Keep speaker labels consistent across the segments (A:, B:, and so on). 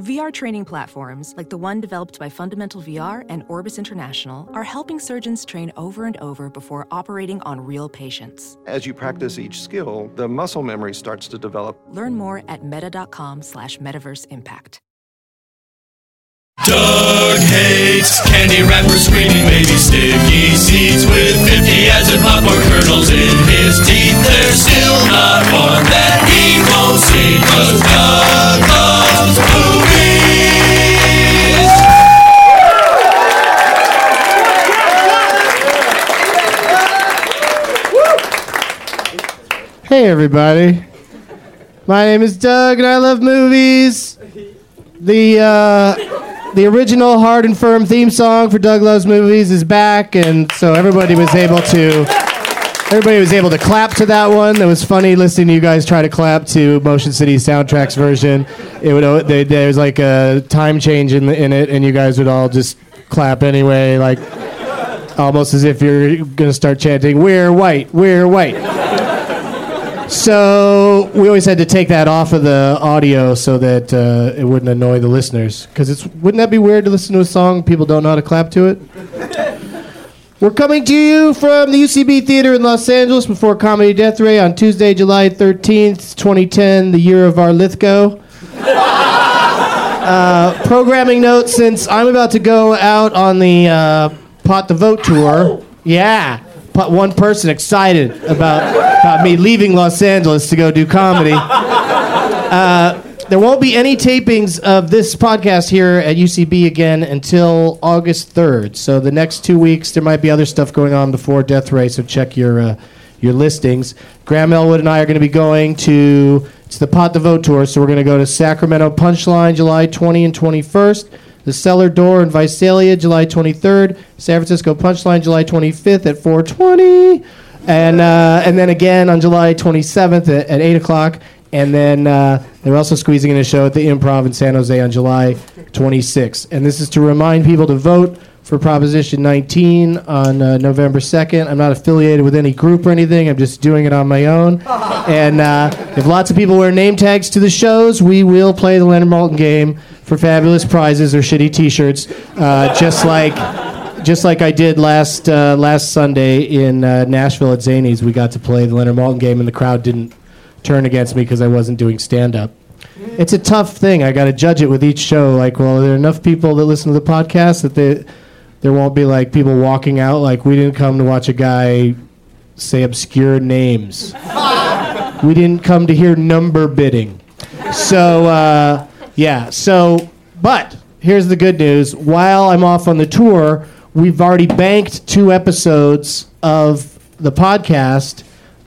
A: VR training platforms like the one developed by Fundamental VR and Orbis International are helping surgeons train over and over before operating on real patients.
B: As you practice each skill, the muscle memory starts to develop.
A: Learn more at meta.com slash metaverse impact.
C: Doug hates candy wrappers, screaming baby sticky seeds with 50 as in popcorn kernels in his teeth. There's still not one that he won't see, cause Doug loves movies.
D: Hey, everybody. My name is Doug, and I love movies. The uh, the original hard and firm theme song for Doug Loves Movies is back, and so everybody was able to everybody was able to clap to that one. That was funny listening to you guys try to clap to Motion City soundtrack's version. It would uh, they, there was like a time change in, the, in it, and you guys would all just clap anyway, like almost as if you're gonna start chanting "We're white, we're white." So we always had to take that off of the audio so that uh, it wouldn't annoy the listeners. Because it's wouldn't that be weird to listen to a song people don't know how to clap to it? We're coming to you from the UCB Theater in Los Angeles before Comedy Death Ray on Tuesday, July 13th, 2010, the year of our Lithgow. Uh, programming notes since I'm about to go out on the uh, Pot the Vote tour. Yeah. Pot, one person excited about, about me leaving Los Angeles to go do comedy. Uh, there won't be any tapings of this podcast here at UCB again until August 3rd. So the next two weeks, there might be other stuff going on before Death Ray, so check your, uh, your listings. Graham Elwood and I are going to be going to it's the Pot the Vote tour, so we're going to go to Sacramento Punchline July 20 and 21st. The Cellar Door in Visalia, July 23rd. San Francisco Punchline, July 25th at 4:20, and uh, and then again on July 27th at, at 8 o'clock. And then uh, they're also squeezing in a show at the Improv in San Jose on July 26th. And this is to remind people to vote for Proposition 19 on uh, November 2nd. I'm not affiliated with any group or anything. I'm just doing it on my own. and uh, if lots of people wear name tags to the shows, we will play the Leonard Malton game for fabulous prizes or shitty T-shirts, uh, just like just like I did last uh, last Sunday in uh, Nashville at Zanies. We got to play the Leonard Malton game, and the crowd didn't turn against me because I wasn't doing stand up. It's a tough thing. I got to judge it with each show. Like, well, are there enough people that listen to the podcast that they, there won't be like people walking out like we didn't come to watch a guy say obscure names. we didn't come to hear number bidding. So uh, yeah. So but here's the good news. While I'm off on the tour, we've already banked two episodes of the podcast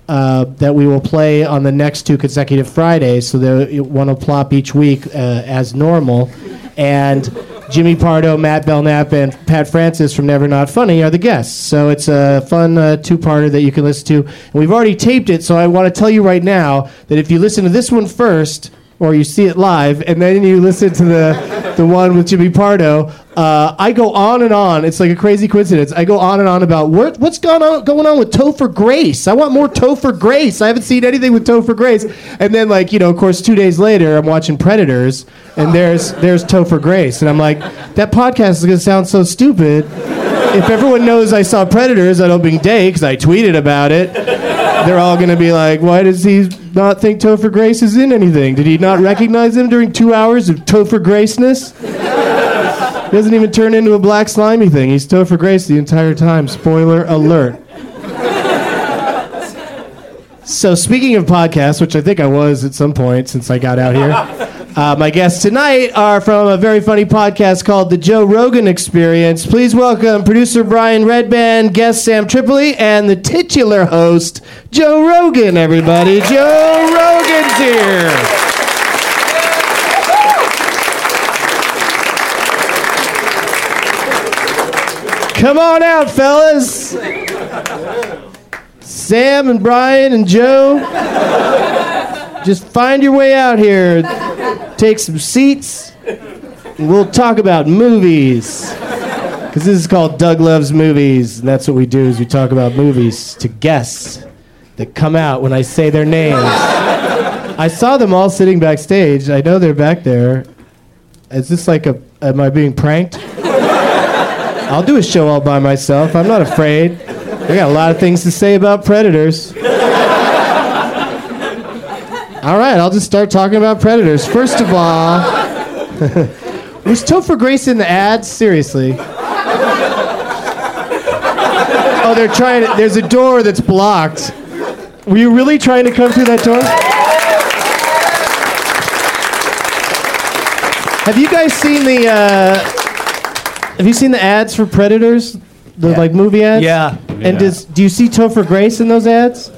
D: uh, that we will play on the next two consecutive Fridays. So there, one will plop each week uh, as normal. And Jimmy Pardo, Matt Belknap, and Pat Francis from Never Not Funny are the guests. So it's a fun uh, two-parter that you can listen to. And we've already taped it, so I want to tell you right now that if you listen to this one first, or you see it live, and then you listen to the, the one with Jimmy Pardo. Uh, I go on and on. It's like a crazy coincidence. I go on and on about what, what's going on going on with Topher Grace. I want more Topher Grace. I haven't seen anything with Topher Grace. And then, like you know, of course, two days later, I'm watching Predators, and there's there's Topher Grace, and I'm like, that podcast is gonna sound so stupid. If everyone knows I saw Predators on opening day because I tweeted about it, they're all going to be like, why does he not think Topher Grace is in anything? Did he not recognize him during two hours of Topher Graceness? He doesn't even turn into a black slimy thing. He's Topher Grace the entire time. Spoiler alert. so, speaking of podcasts, which I think I was at some point since I got out here. Uh, my guests tonight are from a very funny podcast called The Joe Rogan Experience. Please welcome producer Brian Redband, guest Sam Tripoli, and the titular host, Joe Rogan, everybody. Joe Rogan's here. Come on out, fellas. Sam and Brian and Joe, just find your way out here take some seats, and we'll talk about movies. Because this is called Doug Loves Movies, and that's what we do is we talk about movies to guests that come out when I say their names. I saw them all sitting backstage. I know they're back there. Is this like a, am I being pranked? I'll do a show all by myself. I'm not afraid. I got a lot of things to say about predators. All right, I'll just start talking about predators. First of all, was Topher Grace in the ads? Seriously. Oh, they're trying to, there's a door that's blocked. Were you really trying to come through that door? Have you guys seen the uh, Have you seen the ads for Predators? The like movie ads?
E: Yeah.
D: And
E: Yeah.
D: does do you see Topher Grace in those ads?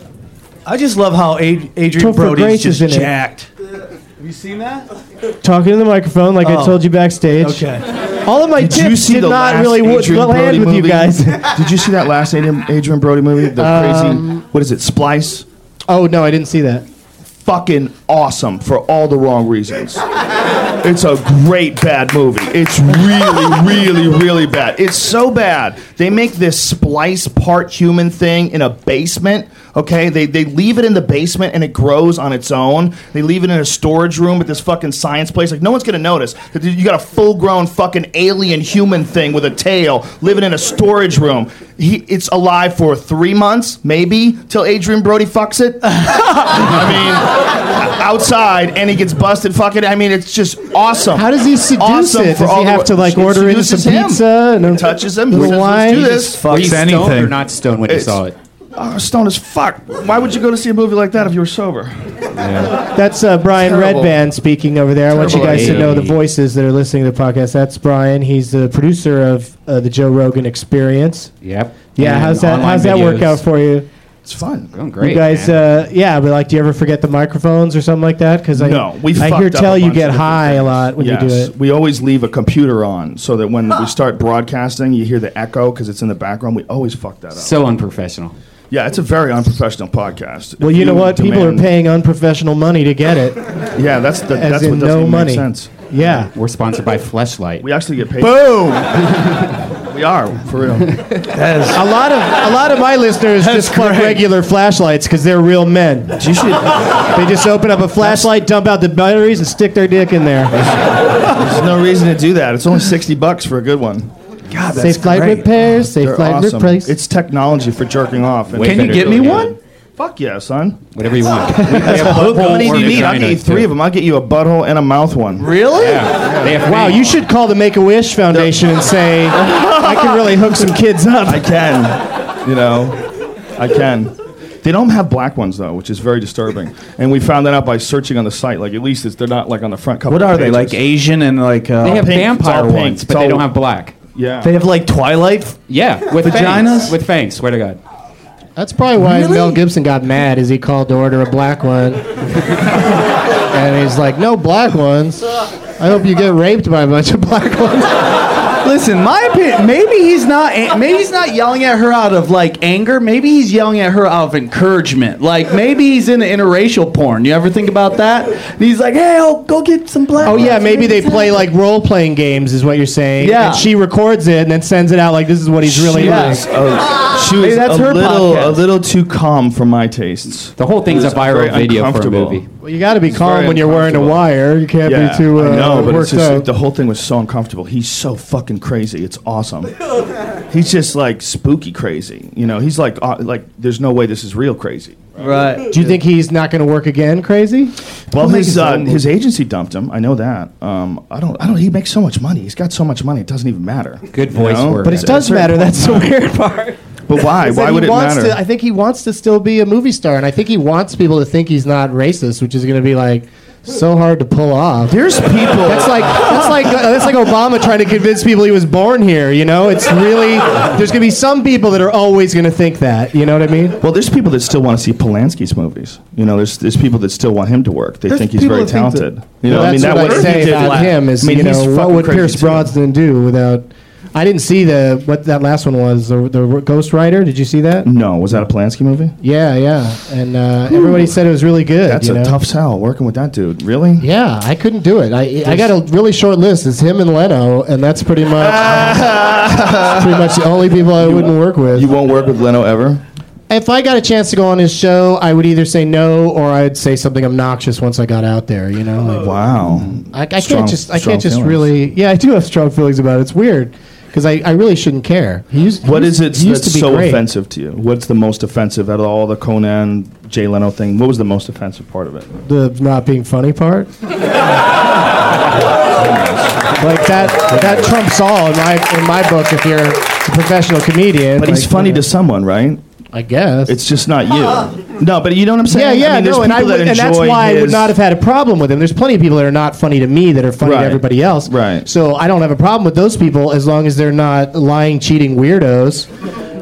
E: I just love how Ad- Adrian
D: Topher Grace
E: Brody's just
D: is in it.
E: jacked.
D: Talking to the microphone like I
E: Oh.
D: told you backstage.
E: Okay.
D: All of my
F: Did you
D: tips
F: see
D: did
F: the
D: not
F: last
D: really wo-
F: Adrian
D: land
F: Brody
D: with you
F: movie?
D: guys.
F: Did you see that last Adrian, Adrian Brody movie? The crazy, what is it? Splice.
D: oh no, I didn't see that.
F: Fucking awesome for all the wrong reasons. It's a great bad movie. It's really, really, really bad. It's so bad. They make this splice part human thing in a basement. Okay, they, they leave it in the basement and it grows on its own. They leave it in a storage room at this fucking science place. Like no one's gonna notice that you got a full grown fucking alien human thing with a tail living in a storage room. He, it's alive for three months, maybe, till Adrian Brody fucks it. I mean, outside, and he gets busted. Fucking, I mean, it's just awesome.
D: How does he seduce
F: Awesome
D: it?
F: for
D: Does
F: all
D: he
F: the
D: have
F: wo-
D: to like
F: He
D: order in some
F: seduces him.
D: pizza and
F: He
D: a
F: touches him. He
D: little
F: says,
D: wine?
F: Let's do this.
E: Fucks anything.
G: Stoned or not stoned when
F: It's-
G: you saw it.
F: Oh, stone as fuck. Why would you go to see a movie like that if you were sober?
D: That's uh, Brian
F: Terrible.
D: Redband speaking over there. I want you
F: Terrible
D: guys to
F: idea.
D: know the voices that are listening to the podcast. That's Brian. He's the producer of uh, the Joe Rogan Experience.
G: Yep.
D: Yeah,
G: And
D: how's that?
G: online
D: How's that work
G: videos.
D: out for you?
F: It's fun.
G: Going great.
D: you guys,
G: man.
D: uh, yeah, but like, do you ever forget the microphones or something like that? Because I,
F: No, we.
D: I
F: fucked
D: hear
F: up a
D: tell you
F: bunch of
D: get
F: different
D: high a
F: things.
D: lot when
F: yes.
D: you do it. Ah.
F: We always leave a computer on so that when we start broadcasting, you hear the echo because it's in the background. We always fuck that up.
G: so unprofessional.
F: yeah, it's a very unprofessional podcast.
D: Well,
F: If
D: you, know what? People are
F: demand-
D: paying unprofessional money to get it,
F: Yeah, that's the,
D: as
F: that's
D: in
F: what doesn't
D: no
F: even
D: money.
F: make sense.
D: Yeah.
G: We're sponsored by Fleshlight.
F: We actually get paid. Boom. we are for real.
D: A lot of a lot of my listeners just plug regular flashlights because they're real men.
F: You should.
D: They just open up a flashlight, dump out the batteries, and stick their dick in there.
F: There's no reason to do that. It's only 60 bucks for a good one.
E: God, that's
D: safe light
E: great.
D: repairs, safe
F: They're
D: light
F: awesome.
D: replace.
F: It's technology for jerking off. and
G: Way
F: it's
G: better
E: get
G: than
E: me
G: the
E: one?
G: other.
F: Fuck yeah, son.
G: Whatever you want.
F: How many do you need? I'll get you three of them. I'll get you a butthole and a mouth one.
E: Really?
G: They have
D: Wow, Oh, you should call the Make a Wish Foundation and say, I can really hook some kids
F: I
D: up.
F: can, you know, I can. They don't have black ones though, which is very disturbing. And we found that out by searching on the site. Like at least it's, they're not like on the front couple.
H: What are
F: of
H: they
F: pages.
H: like? Asian and like uh,
G: They have
F: pink,
G: vampire
F: it's all pink,
G: ones,
F: it's
G: but they
F: all-
G: don't have black.
F: Yeah.
E: They have like Twilight.
G: Yeah, with
H: Vaginas?
G: fangs. With fangs. Swear to God.
D: That's probably why
E: Really?
D: Mel Gibson got mad as he called to order a black one. and he's like, no black ones. I hope you get raped by a bunch of black ones.
E: Listen, my opinion. Maybe he's not. an- Maybe he's not yelling at her out of like anger. Maybe he's yelling at her out of encouragement. Like maybe he's into interracial porn. You ever think about that? And he's like, hey, oh, go get some black.
D: Oh yeah,
E: ones.
D: maybe they play like role playing games is what you're saying.
E: Yeah.
D: And she records it and then sends it out like this is what he's really
F: she
D: like.
F: was, a, Oh, she
E: Hey,
F: was
E: that's
F: a
E: her
F: little a
E: podcast.
F: little too calm for my tastes.
G: The whole thing's a
F: It's very
G: viral video for a
F: uncomfortable.
G: movie.
D: Well, you got to be calm
F: very
D: when you're wearing a
F: uncomfortable.
D: wire. You can't be too uh,
F: I know, but
D: worked
F: it's just,
D: up.
F: like, the whole thing was so uncomfortable. He's so fucking crazy. It's awesome. he's just like spooky crazy. You know, he's like uh, like there's no way this is real crazy.
E: Right.
D: Do you think he's not going to work again? Crazy? Oh
F: Well,
D: make
F: his
D: his
F: uh,
D: own
F: his agency dumped him. I know that. Um, I don't. I don't. He makes so much money. He's got so much money. It doesn't even matter.
G: Good voice work.
F: But
G: It
F: it
G: does
F: does matter.
D: That's the weird part.
F: But why?
D: Is that
F: Why
D: he
F: would it
D: wants
F: matter?
D: To, I think he wants to still be a movie star, and I think he wants people to think he's not racist, which is going to be like so hard to pull off.
F: There's people.
D: That's like that's like uh, that's like Obama trying to convince people he was born here. You know, it's really there's going to be some people that are always going to think that. You know what I mean?
F: well, there's people that still want to see Polanski's movies. You know, there's there's people that still want him to work. They
E: There's
F: think he's
E: people
F: very
E: that think that-
F: talented. you know,
D: Well,
F: I mean,
D: that's
F: that
D: what
F: what
D: I
F: he
D: say
F: did
D: about
F: last-
D: him is
F: I mean,
D: you
F: he's
D: know what
F: fucking
D: would
F: crazy,
D: Pierce
F: too.
D: Brosnan do without? I didn't see the what that last one was the, the Ghost Rider. Did you see that?
F: No, was that a Polanski movie?
D: Yeah, yeah. And uh, everybody said it was really good.
F: That's
D: you
F: a
D: know?
F: tough sell working with that dude. Really?
D: Yeah, I couldn't do it. I I got a really short list. It's him and Leno, and that's pretty much that's pretty much the only people I wouldn't work with.
F: You won't work with Leno ever.
D: if I got a chance to go on his show, I would either say no or I'd say something obnoxious once I got out there. You know, like,
F: Wow.
D: I, I can't
F: Strong-
D: just I
F: strong
D: can't just
F: feelings.
D: really. Yeah, I do have strong feelings about it. It's weird because I, I really shouldn't care. He used,
F: What
D: he
F: is it
D: used- he used
F: that's
D: to be
F: so
D: great.
F: offensive to you? What's the most offensive out of all the Conan, Jay Leno thing? What was the most offensive part of it?
D: The not being funny part. like that that trumps all in my in my book. If you're a professional comedian,
F: But he's
D: like,
F: funny
D: you know,
F: to someone, right?
D: I guess
F: It's just not you. No, but you know what I'm
D: Yeah,
F: saying?
D: yeah,
F: I mean, there's
D: no, and, I
F: people that
D: would, and that's
F: enjoy
D: why I would
F: his-
D: not have had a problem with him. There's plenty of people that are not funny to me that are funny
F: Right,
D: to everybody else.
F: right.
D: So I don't have a problem with those people as long as they're not lying, cheating weirdos,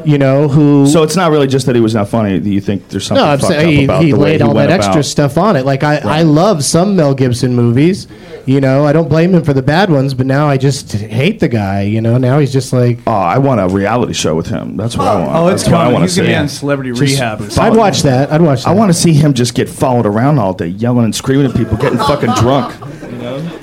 D: you know, who.
F: So it's not really just that he was not funny. You think there's something
D: no, I'm
F: fucked
D: saying
F: up
D: he,
F: about
D: he
F: the way
D: laid
F: he
D: all that
F: went
D: extra
F: about-
D: stuff on it. Like I, I love some Mel Gibson movies, you know. I don't blame him for the bad ones, but now I just hate the guy. You know, now he's just like
F: Oh, I want a reality show with him. That's what I want.
H: Oh, it's
F: That's what I
H: coming.
F: want
H: He's
F: to
H: gonna
F: see.
H: be on Celebrity Rehab or
F: follow-
D: I'd watch that. I'd watch that.
F: I want to see him just get followed around all day, yelling and screaming at people, getting fucking drunk.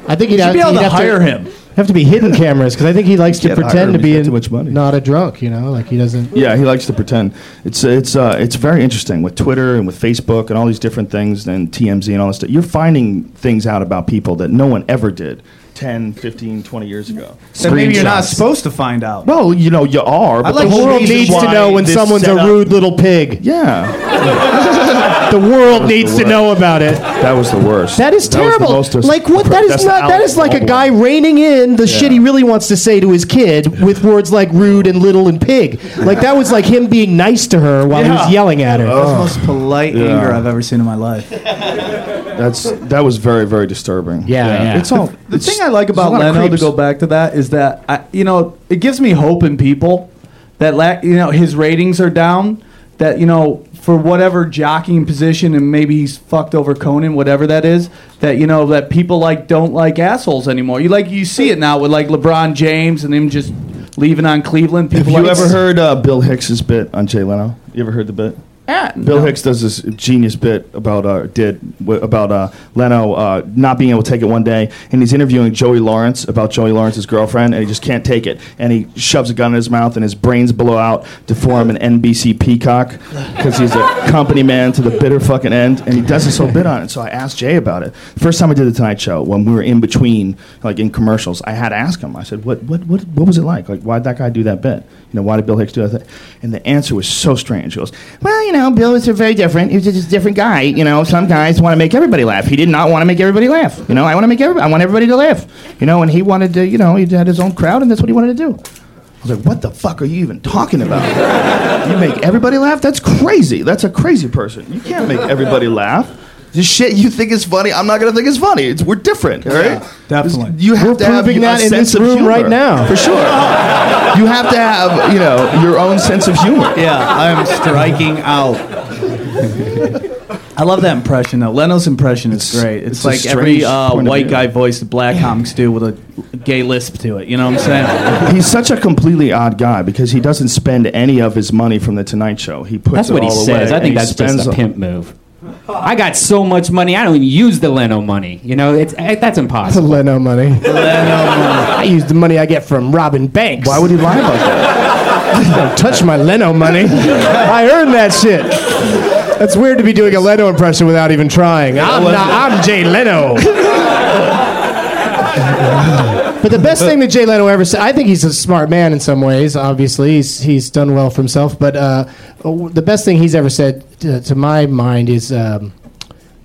D: I think he'd
E: You
D: have,
E: should be able
D: he'd
E: to
D: have
E: hire
D: to,
E: him.
D: Have to be hidden cameras because I think he likes to
F: Can't hire
D: pretend
F: him,
D: to
F: he's
D: be
F: got
D: in-
F: too much money.
D: not a drunk. You know, like he doesn't.
F: Yeah, he likes to pretend. It's it's uh, it's very interesting with Twitter and with Facebook and all these different things and TMZ and all this stuff. You're finding things out about people that no one ever did 10, 15, 20 years ago.
H: Then maybe you're not
F: Screenshots.
H: supposed to find out.
F: Well, you know you are. But
H: like to
F: the whole
H: know
D: world
F: reason
D: needs to
F: why
D: know when
F: this
D: someone's a
F: setup-
D: rude little pig.
F: Yeah,
D: The world needs
F: the
D: to know about it.
F: that was the worst.
D: That is
F: was the
D: terrible.
F: most-
D: like what? That is
F: that's
D: not. That is like a
F: awful.
D: guy reining in the shit he really wants to say to his kid with words like rude and little and pig. Like that was like him being nice to her while he was
H: Yeah.
D: yelling at her.
H: That's the
F: Oh.
H: most polite anger I've ever seen in my life.
F: That's that was very very disturbing.
D: Yeah, yeah.
F: It's all
H: The thing I like about Leno to go back to that is that I, you know it gives me hope in people that la- you know his ratings are down that you know for whatever jockeying position and maybe he's fucked over Conan whatever that is that you know that people like don't like assholes anymore. You like you see it now with like LeBron James and him just leaving on Cleveland. People
F: Have you
H: like,
F: ever heard uh, Bill Hicks's bit on Jay Leno? You ever heard the bit?
H: Ah,
F: Bill
H: no.
F: Hicks does this genius bit about uh, did w- about uh, Leno uh, not being able to take it one day, and he's interviewing Joey Lawrence about Joey Lawrence's girlfriend, and he just can't take it, and he shoves a gun in his mouth, and his brains blow out to form an NBC peacock because he's a company man to the bitter fucking end, and he does this whole bit on it. So I asked Jay about it. First time I did the Tonight Show, when we were in between, like in commercials, I had to ask him. I said, "What what what what was it like? Like why would that guy do that bit? You know, why did Bill Hicks do that?" Thing? And the answer was so strange. He goes, "Well, you know." know, Bill is very different. He was just a different guy. You know, some guys want to make everybody laugh. He did not want to make everybody laugh. You know, I want to make every, I want everybody to laugh. You know, and he wanted to. You know, he had his own crowd, and that's what he wanted to do. I was like, what the fuck are you even talking about? you make everybody laugh? That's crazy. That's a crazy person. You can't make everybody laugh. The shit you think is funny, I'm not gonna think is funny. It's, we're different, all right?
H: definitely.
F: You have
D: We're
F: to have
D: proving
F: a
D: that in
F: sense
D: this
F: of
D: room
F: humor,
D: right now.
F: for sure. you have to have, you know, your own sense of humor.
H: Yeah, I'm striking out. I love that impression though. Leno's impression is
F: It's-
H: great. It's,
F: it's a
H: like every
F: strange
H: uh,
F: point of
H: white
F: view.
H: guy voice that black comics do with a gay lisp to it. You know what I'm saying?
F: He's such a completely odd guy because he doesn't spend any of his money from the Tonight Show. He puts
G: That's
F: it
G: what he
F: all away.
G: says. I
F: and
G: think
F: he
G: that's just a
F: spends-
G: pimp move. I got so much money, I don't even use the Leno money. You know, it's eh, that's
D: That's a
G: impossible.
D: Leno money. Leno money. I use the money I get from robbing banks.
F: Why would he lie about that?
D: Don't touch my Leno money. I earned that shit. That's weird to be doing a Leno impression without even trying. I'm, not, I'm Jay Leno. but the best thing that Jay Leno ever said, I think he's a smart man in some ways, obviously. He's, he's done well for himself. But uh, the best thing he's ever said, uh, to, to my mind, is. Um,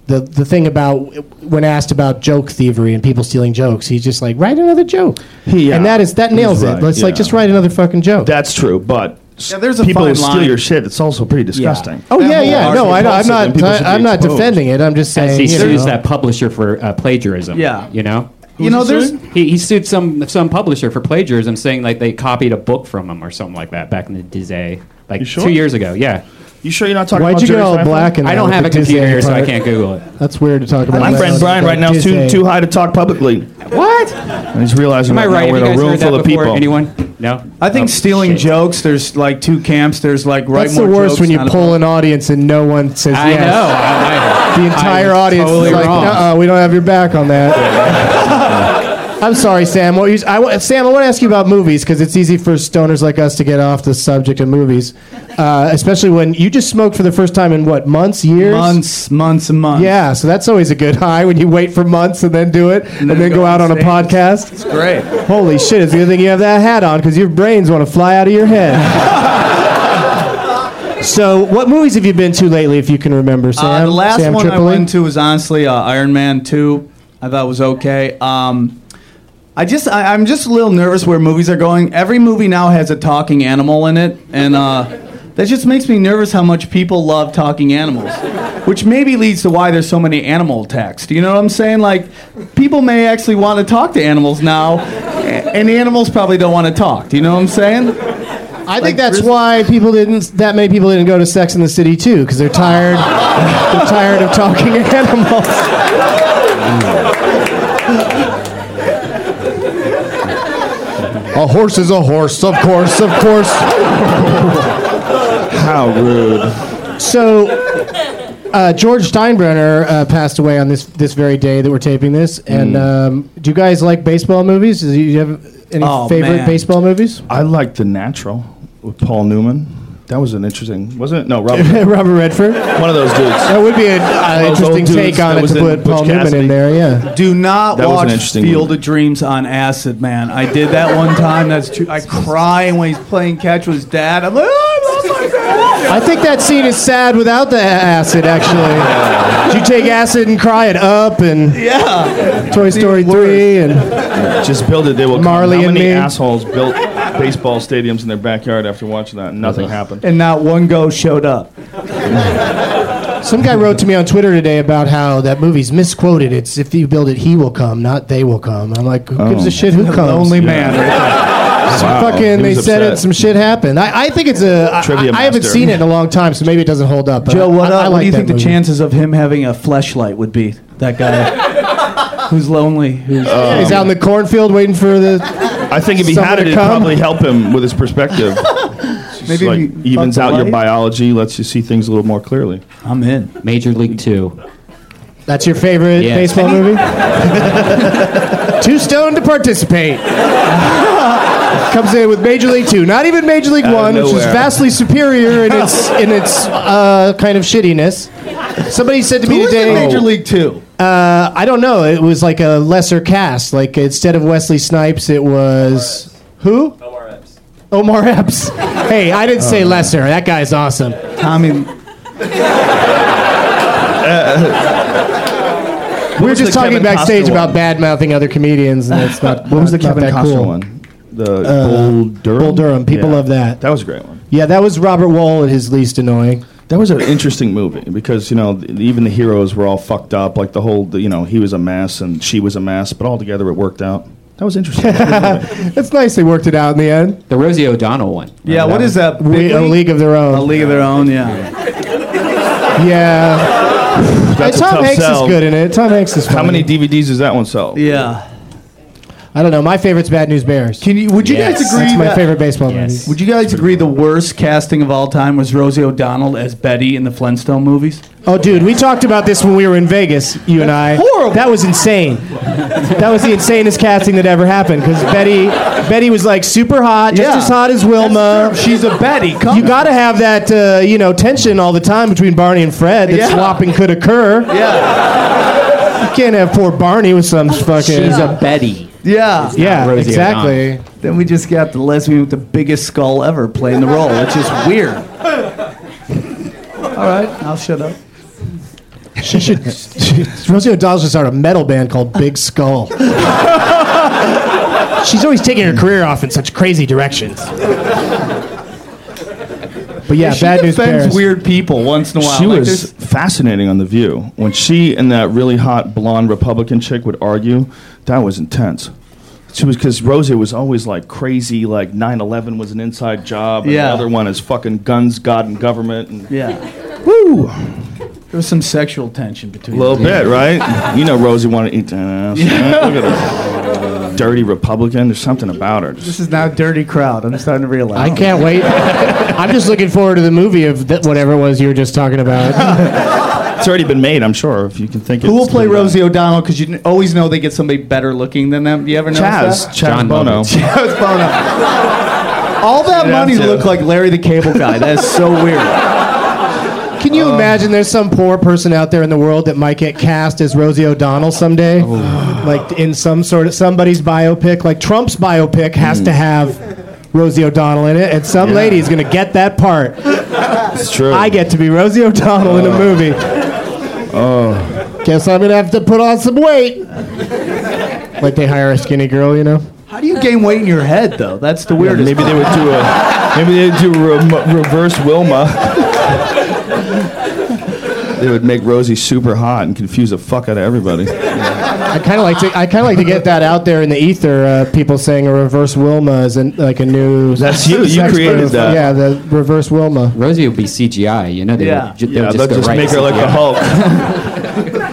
D: the, the thing about when asked about joke thievery and people stealing jokes, he's just like write another joke,
F: Yeah.
D: and that is that
F: He's
D: nails
F: right,
D: it. It's like
F: yeah.
D: just write another fucking joke.
F: That's true, but
H: Yeah, there's a
F: people
H: fine
F: who steal
H: line.
F: your shit. It's also pretty disgusting.
D: Oh
H: That
D: yeah, yeah.
H: whole
D: No,
H: argument
D: I, I'm
F: also that
D: not.
F: people should be
D: I'm not
F: exposed.
D: defending it. I'm just
G: As
D: saying.
G: he
D: you
G: sues
D: know.
G: that publisher for uh, plagiarism.
H: Yeah.
G: You know?
H: you know, there's
G: He, he sued some some publisher for plagiarism, saying like they copied a book from him or something like that back in the day, like
F: You sure?
G: two years ago. Yeah,
F: You sure you're not talking
D: Why'd
F: about
D: you get
F: Jerry
D: all
F: Seinfeld?
D: black? And
G: I don't have a computer here, so I can't Google it.
D: That's weird to talk about.
F: My
D: that
F: friend
D: on
F: Brian
D: the
F: right now is too
D: Tuesday.
F: too high to talk publicly. And
G: What?
F: he's realizing
G: Am I
F: right, now
G: right? Have
F: we're in a
G: you guys
F: room
G: heard that
F: full of
G: before?
F: people.
G: Anyone? No.
H: I think
G: Oh,
H: stealing
G: shit.
H: jokes, there's like two camps. There's like right
D: That's the
H: more
D: worst
H: jokes,
D: when you
H: not
D: pull
H: about-
D: an audience and no one says
G: I
D: yes.
G: know. I, I,
D: The entire
G: I'm
D: audience
G: totally
D: is like,
G: wrong.
D: uh, we don't have your back on that. I'm sorry, Sam. What you, I, wa- Sam, I want to ask you about movies because it's easy for stoners like us to get off the subject of movies, uh, especially when you just smoked for the first time in what months, years,
H: months, months, and months.
D: Yeah, so that's always a good high when you wait for months and then do it and, then go out on a
H: on stage.
D: podcast.
H: great.
D: Holy shit, it's a good thing you have that hat on because your brains want to fly out of your head. so, what movies have you been to lately, if you can remember, Sam?
H: Uh, the last
D: Sam
H: one
D: Tripoli?
H: I went to was honestly uh, Iron Man Two. I thought was okay. Um, I just I, I'm just a little nervous where movies are going. Every movie now has a talking animal in it, and uh, that just makes me nervous how much people love talking animals, which maybe leads to why there's so many animal attacks. Do you know what I'm saying? Like people may actually want to talk to animals now, a- and the animals probably don't want to talk. Do you know what I'm saying?
D: I think that's why people didn't. That many people didn't go to Sex in the City too, because they're tired. they're tired of talking animals. A horse is a horse, of course, of course.
F: How rude.
D: So, uh, George Steinbrenner uh, passed away on this this very day that we're taping this. And um, do you guys like baseball movies? Do you have any
H: Oh,
D: favorite
H: man.
D: baseball movies?
F: I liked The Natural with Paul Newman. That was an interesting, wasn't it? No, Robert.
D: Robert Redford.
F: one of those dudes.
D: That would be an uh,
F: Those old
D: interesting
F: dudes
D: take on
F: that
D: it
F: was
D: to
F: in
D: put
F: Butch
D: Paul Newman
F: Cassidy.
D: in there. Yeah.
H: Do not
F: That was an
H: watch
F: interesting
H: Field
F: movie.
H: of Dreams on acid, man. I did that one time. That's true. I cry when he's playing catch with his dad. I'm like, oh, I love my dad.
D: I think that scene is sad without the acid. Actually, you take acid and cry it up and
H: Yeah.
D: Toy Story three and
F: Just build it. They will. come.
D: Marley
F: How
D: and
F: many
D: me.
F: assholes built baseball stadiums in their backyard after watching that? and Nothing happened.
H: And not one go showed up.
D: some guy wrote to me on Twitter today about how that movie's misquoted. It's if you build it, he will come, not they will come. I'm like, who
F: Oh.
D: gives a shit who comes?
H: Only man.
D: fucking
F: He
D: they
F: was
D: said it
F: upset.
D: some shit happened i, I think it's a I-
F: Trivia
D: I, I haven't
F: master.
D: seen it in a long time so maybe it doesn't hold up but
H: Joe, what,
D: I,
H: uh,
D: I
H: what do you
D: like
H: think
D: that
H: the
D: movie.
H: chances of him having a fleshlight would be? That guy who's lonely. Who's,
D: Yeah, he's out in the cornfield waiting for the
F: I think if he
D: Someone
F: had it,
D: to
F: it'd
D: come?
F: probably help him with his perspective. It's just
H: Maybe if
F: like
H: you
F: evens
H: fuck
F: out
H: the
F: your
H: light.
F: biology, lets you see things a little more clearly.
H: I'm in.
G: Major League Two.
D: that's your favorite
G: Yeah.
D: baseball movie too stoned to participate comes in with major league two not even major league
F: Out of
D: one which is
F: nowhere.
D: vastly superior in its in its uh, kind of shittiness somebody said to me
H: Who's
D: today
H: in Major League Two?
D: Uh, I don't know. It was like a lesser cast. Like instead of Wesley Snipes, it was who?
F: Oh.
D: Omar Epps. Omar Epps. hey, I didn't say lesser. That guy's awesome.
H: Tommy
D: We were
F: was
D: just
F: the
D: talking
F: Kevin
D: backstage
F: Costner
D: about
F: one?
D: bad mouthing other comedians, and it's not.
F: What was the
D: not
F: Kevin
D: that
F: Costner
D: cool.
F: one? The
D: Uh,
F: Bull Durham.
D: Bull Durham. People love that.
F: That was a great one.
D: Yeah, that was Robert Wall at his least annoying.
F: That was an interesting movie because you know th- even the heroes were all fucked up. Like the whole the- you know he was a mess and she was a mess, but all together it worked out. That was interesting. It was a good movie.
D: It's nice they worked it out in the end.
G: The Rosie O'Donnell one.
H: Yeah, what is that?
D: We, a league of their own.
H: A league of their own, yeah.
D: Yeah.
F: That's a
D: Tom
F: tough
D: Hanks
F: sell.
D: is good in it. Tom Hanks is. Funny.
F: How many DVDs does that one sell?
H: Yeah.
D: I don't know. My favorite's Bad News Bears.
H: Can you would you guys
G: Yes.
H: agree
D: That's my
H: that-
D: favorite baseball movie.
G: Yes.
H: Would you guys agree the worst casting of all time was Rosie O'Donnell as Betty in the Flintstone movies?
D: Oh, dude, we talked about this when we were in Vegas, you and I.
H: horrible.
D: That was insane. that was the insanest casting that ever happened because Betty, Betty was like super hot, just
H: Yeah.
D: as hot as Wilma.
H: She's a Betty. Come
D: You got to have that, uh, you know, tension all the time between Barney and Fred that
H: Yeah.
D: swapping could occur.
H: yeah.
D: You can't have poor Barney with some fucking.
G: She's a Betty.
H: Yeah.
D: yeah,
G: Rosie
D: exactly.
H: Then we just got the lesbian with the biggest skull ever playing the role, which is weird. All right, I'll shut up.
D: She should. She, Rosie O'Donnell should start a metal band called Big Skull. She's always taking her career off in such crazy directions. But yeah,
H: she
D: bad news
H: defends
D: bears.
H: weird people once in a while.
F: She
H: Like,
F: was
H: there's-
F: fascinating on The View. When she and that really hot blonde Republican chick would argue, that was intense. She was because Rosie was always like crazy, like 9 11 was an inside job, and
H: Yeah.
F: the other one is fucking guns, God, and government. And
H: yeah. There was some sexual tension between
F: a little
H: them.
F: bit, right? You know, Rosie wanted to eat that ass. right? Look at her. Dirty Republican. There's something about her. Just-
H: This is now a dirty crowd. I'm starting to
D: I
H: realize.
D: can't wait. I'm just looking forward to the movie of th- whatever it was you were just talking about.
F: it's already been made, I'm sure, if you can think
H: Who will
F: it's
H: play
F: been done.
H: Rosie O'Donnell? Because you kn- always know they get somebody better looking than them. Do you ever know
F: Chaz.
H: that?
F: Chaz
G: John
F: Bono.
G: Lovitz.
H: Chaz Bono. All that money
F: too.
H: looked like Larry the Cable Guy. That's so weird.
D: Can you imagine there's some poor person out there in the world that might get cast as Rosie O'Donnell someday? Like in some sort of somebody's biopic, like Trump's biopic has to have Rosie O'Donnell in it, and some
F: Yeah.
D: lady's gonna get that part.
F: It's true.
D: I get to be Rosie O'Donnell in a movie. Guess I'm gonna have to put on some weight. like they hire a skinny girl, you know?
H: How do you gain weight in your head, though? That's the weirdest.
F: Maybe they would do a maybe they would do a rem- reverse Wilma. they would make Rosie super hot and confuse the fuck out of everybody.
D: I kind of like to. I kind of like to get that out there in the ether. Uh, people saying a reverse Wilma is an, like a new.
F: That's you. You
D: sex
F: created
D: move.
F: that.
D: Yeah, the reverse Wilma.
G: Rosie would be CGI. You know, they
H: Yeah.
G: would ju- they
F: Yeah,
G: would
F: they'll
G: just, go
F: just
G: right
F: make
G: to
F: her like
G: CGI.
F: the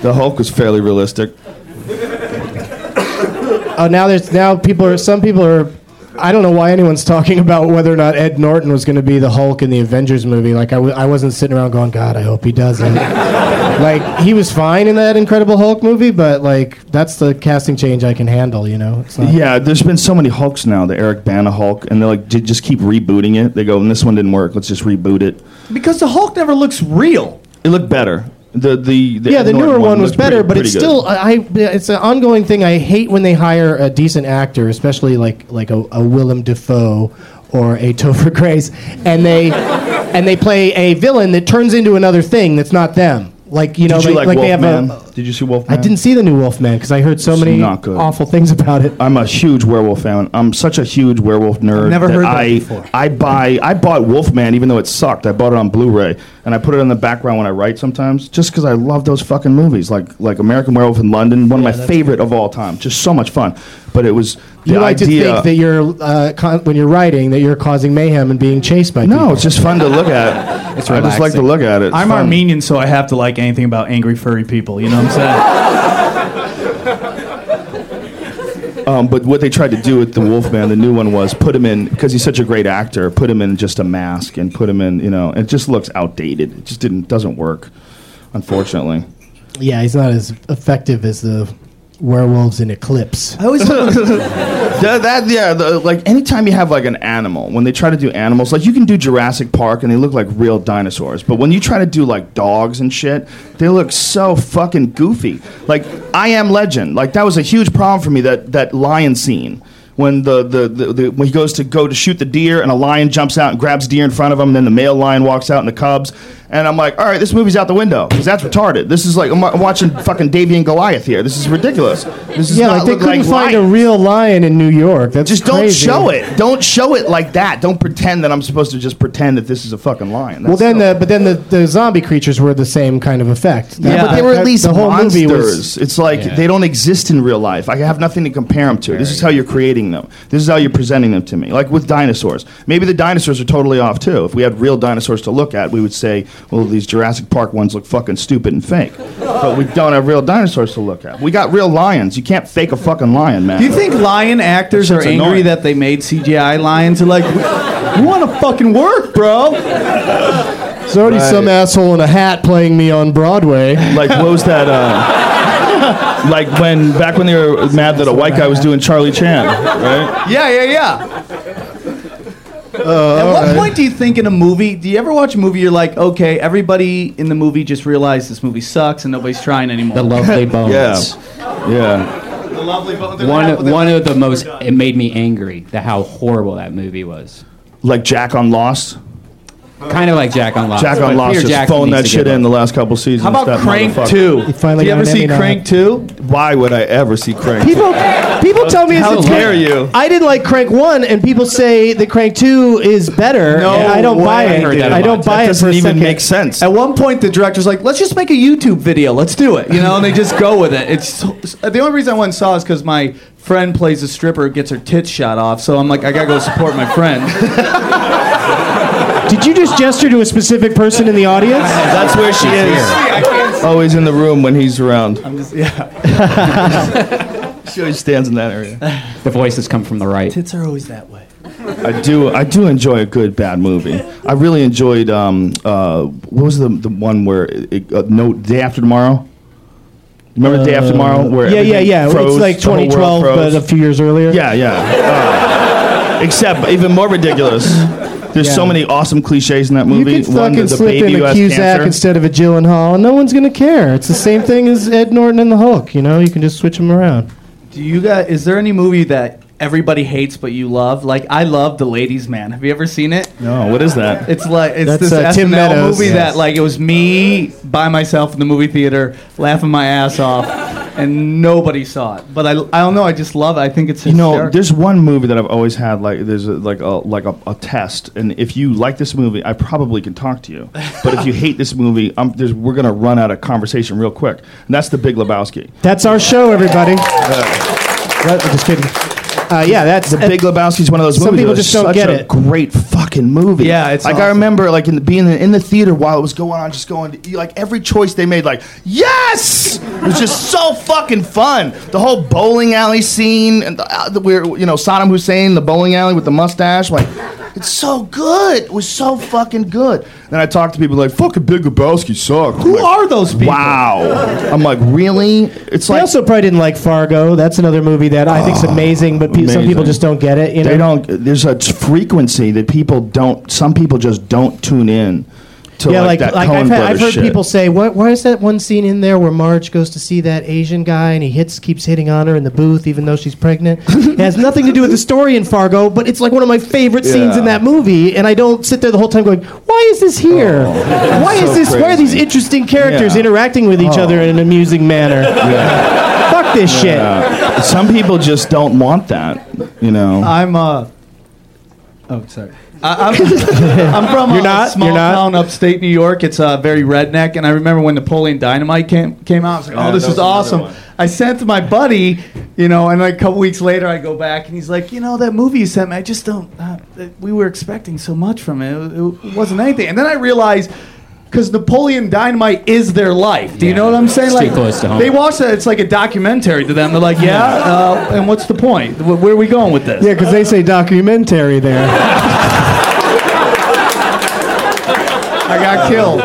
F: the Hulk was fairly realistic.
D: Oh, now there's now people are. Some people are. I don't know why anyone's talking about whether or not Ed Norton was going to be the Hulk in the Avengers movie. Like I, w- I wasn't sitting around going, God, I hope he doesn't. like he was fine in that Incredible Hulk movie, but like that's the casting change I can handle. You know, it's not,
F: Yeah, there's been so many Hulks now. The Eric Bana Hulk, and they like j- just keep rebooting it. They go, and this one didn't work. Let's just reboot it.
H: because the Hulk never looks real.
F: It looked better. The the, the
D: yeah,
F: Ed
D: the
F: Norton
D: newer one was
F: looked
D: better,
F: pretty-
D: but it's
F: pretty good.
D: still uh, I. I- It's an ongoing thing. I hate when they hire a decent actor, especially like like a, a Willem Dafoe or a Topher Grace, and they and they play a villain that turns into another thing that's not them. Like you know,
F: Did you
D: they-
F: like,
D: like, they have
F: Wolfman?
D: a.
F: Did you see
D: I
F: Wolfman?
D: didn't see the new Wolfman because I heard so many
F: not good. Uh,
D: awful things about it.
F: I'm a huge werewolf fan. I'm such a huge werewolf nerd.
H: never heard that
F: I,
H: before.
F: I buy. I bought Wolfman even though it sucked. I bought it on Blu-ray and I put it in the background when I write sometimes, just because I love those fucking movies. Like like American Werewolf in London, one of my favorite of all time. Just so much fun. But it was the
D: you like
F: idea.
D: to think that you're uh, con- when you're writing that you're causing mayhem and being chased by people.
F: no, it's just fun to look at. I just like to
G: relaxing.
F: look at it. It's
H: I'm
F: fun.
H: Armenian, so I have to like anything about angry furry people. You know what I'm
F: Um, but what they tried to do with the Wolfman, the new one, was put him in because he's such a great actor. Put him in just a mask and put him in, you know, it just looks outdated. It just didn't doesn't work, unfortunately.
D: yeah, he's not as effective as the werewolves in Eclipse.
F: That, that- yeah, the, like anytime you have like an animal, when they try to do animals, like you can do Jurassic Park and they look like real dinosaurs, but when you try to do like dogs and shit, they look so fucking goofy. Like I Am Legend, like that was a huge problem for me that that lion scene when the, the, the, the when he goes to go to shoot the deer and a lion jumps out and grabs deer in front of him and then the male lion walks out and the cubs and I'm like all right this movie's out the window because that's retarded this is like I'm wa- watching fucking Davy and Goliath here this is ridiculous this is
D: yeah,
F: not
D: like they
F: look
D: couldn't
F: like
D: find a
F: lions.
D: real lion in New York. That's
F: just don't
D: crazy.
F: show it don't show it like that don't pretend that I'm supposed to just pretend that this is a fucking lion
D: Well,
F: That's
D: then,
F: silly.
D: the, but then the, the zombie creatures were the same kind of effect.
F: Yeah, but they were at least
D: the whole
F: monsters.
D: movie was.
F: it's like
G: Yeah.
F: they don't exist in real life. I have nothing to compare them to. This is how you're creating them. This is how you're presenting them to me. Like with dinosaurs, maybe the dinosaurs are totally off too. If we had real dinosaurs to look at, we would say, "Well, these Jurassic Park ones look fucking stupid and fake." but we don't have real dinosaurs to look at. We got real lions. You can't fake a fucking lion, man.
H: Do you think lion actors are
F: That's
H: angry
F: annoying.
H: that they made CGI lions? They're like, we, we want to fucking work, bro.
D: There's already some asshole in a hat playing me on Broadway.
F: Like what was that? Uh, like when back when they were mad that a white guy was doing Charlie Chan, right?
H: Yeah, yeah, yeah. Uh, At what point do you think in a movie, do you ever watch a movie, you're like, okay, everybody in the movie just realized this movie sucks and nobody's trying anymore?
G: The Lovely Bones.
F: Yeah, yeah.
H: The lovely
G: One, of- one of the most, it made me angry that how horrible that movie was.
F: Like Jack on Lost.
G: Kind of like Jack on Lost.
F: Jack
G: but
F: on Lost
G: Uh, Peter
F: just
G: Jackson
F: phoned
G: needs
F: that
G: to
F: shit
G: give
F: in
G: up.
F: the last couple seasons.
H: How about
F: that
H: Crank
F: motherfucker.
H: 2?
D: finally
H: Do you
D: got
H: ever
D: an
H: see
D: Emmy nod.
H: Crank 2?
F: Why would I ever see Crank?
D: People, people tell me it's
F: How
D: a
F: dare
D: ten-
F: you.
D: I didn't like Crank One, and people say that Crank Two is better.
H: No
D: and I don't
H: way,
D: buy
H: I
D: it.
G: heard that a
D: I
G: lot.
D: don't
G: That
D: buy
F: That
D: it for
F: doesn't
D: a
F: even
D: second.
F: make sense.
H: At one point, the director's like, let's just make a YouTube video. Let's do it. You know, and they just go with it. It's so, The only reason I went and saw is because my friend plays a stripper, gets her tits shot off. So I'm like, I got to go support my friend.
D: Did you just gesture to a specific person in the audience?
F: That's where she is. Always in the room when he's around.
H: yeah.
F: She always stands in that area.
G: The voices come from the right.
H: Tits are always that way.
F: I do. I do enjoy a good bad movie. I really enjoyed. Um, uh, what was the the one where it, it- uh, no day after tomorrow? Remember the day after tomorrow? Where
D: Um, yeah, yeah,
F: everything
D: yeah.
F: froze,
D: it's like
F: the whole world
D: 2012,
F: froze?
D: but a few years earlier.
F: Yeah, yeah. Uh, except even more ridiculous. There's so
D: Yeah.
F: many awesome cliches in that
D: You
F: movie.
D: could
F: One,
D: fucking
F: the- the
D: slip
F: baby
D: in
F: who
D: a
F: has
D: Cusack
F: cancer.
D: instead of a Gyllenhaal, and no one's gonna care. It's the same thing as Ed Norton and the Hulk. You know, you can just switch them around.
H: Do you guys, is there any movie that everybody hates but you love? Like, I love The Ladies' Man. Have you ever seen it?
F: No, what is that?
H: It's like it's
D: That's,
H: this
D: uh,
H: SNL
D: Tim Meadows.
H: movie
D: Yes.
H: that like it was me by myself in the movie theater laughing my ass off, and nobody saw it. But I, I don't know. I just love it. I think it's
F: you know,
H: hysterical.
F: there's one movie that I've always had like there's a, like a like a, a test, and if you like this movie, I probably can talk to you. But if you hate this movie, i there's, we're gonna run out of conversation real quick, and that's The Big Lebowski.
D: That's our show, everybody. Right, just kidding. Uh, yeah, that's
F: The Big Lebowski is one of those
D: Some
F: movies.
D: people
F: that was
D: just don't
F: such
D: get
F: a
D: it.
F: Great fucking movie.
H: Yeah, it's
F: like I
H: awesome.
F: remember like in the, being in the theater while it was going on, just going to, like every choice they made, like yes, it was just so fucking fun. The whole bowling alley scene and the, uh, the weird, you know, Saddam Hussein, the bowling alley with the mustache, like. It's so good. It was so fucking good. Then I talked to people like, "Fucking Big Lebowski sucked."
H: Who
F: Like,
H: are those people?
F: Wow. I'm like, really? It's
D: They
F: like
D: also probably didn't like Fargo. That's another movie that I think's amazing, but pe- some people
F: Ah, amazing.
D: just don't get it. You know?
F: they don't there's a t- frequency that people don't some people just don't tune in to
D: Yeah, like,
F: like, that
D: like,
F: Coen
D: I've, had, I've
F: Brothers
D: heard
F: shit.
D: people say, what, why is that one scene in there where Marge goes to see that Asian guy and he hits, keeps hitting on her in the booth even though she's pregnant? it has nothing to do with the story in Fargo, but it's like one of my favorite scenes in
F: Yeah.
D: that movie, and I don't sit there the whole time going, why is this here? why is
F: Oh, so
D: this? Why are these
F: crazy.
D: interesting characters
F: Yeah. Oh.
D: interacting with each other in an amusing manner? Fuck this shit.
F: Yeah. some people just don't want that you know
H: I'm uh. Oh, sorry. I, I'm, I'm from a,
D: not?
H: small
D: You're not?
H: town upstate New York. It's uh, very redneck, and I remember when Napoleon Dynamite came came out. I was like, "Oh,
F: Yeah,
H: this
F: that
H: is
F: was another
H: awesome!"
F: one.
H: I sent to my buddy, you know, and like a couple weeks later, I go back, and he's like, "You know, that movie you sent me, I just don't. Uh, uh, we were expecting so much from it. It, it wasn't anything." And then I realized. Because Napoleon Dynamite is their life. Do you
G: Yeah.
H: know what I'm saying?
G: It's too close to home.
H: They watch that. It's like a documentary to them. They're like, yeah. Uh, and what's the point? Wh- Where are we going with this?
D: Yeah, because they say documentary there.
H: I got killed.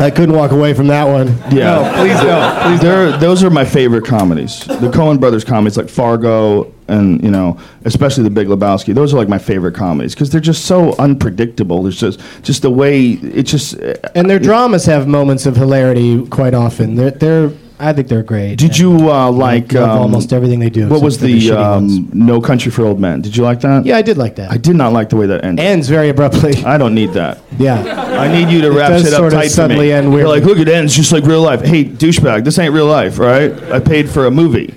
D: I couldn't walk away from that one.
F: yeah
H: No, please don't. Please
F: They're, those are my favorite comedies. The Coen Brothers comedies, like Fargo, and you know, especially The Big Lebowski. Those are like my favorite comedies because they're just so unpredictable. There's just just the way it just
D: And their dramas have moments of hilarity quite often. They're, they're I think they're great.
F: Did you uh,
D: I
F: like
D: love
F: um,
D: almost everything they do?
F: What
D: except
F: was
D: for the
F: the
D: shitty ones.
F: um, No Country for Old Men? Did you like that?
D: Yeah, I did like that.
F: I did not like the way that ended.
D: Ends very abruptly.
F: I don't need that.
D: yeah.
F: I need you to wrap
D: does
F: shit up
D: sort of
F: tight for
D: suddenly
F: me.
D: end
F: You're
D: weirdly.
F: like, look, it ends just like real life. Hey, douchebag, this ain't real life, right? I paid for a movie.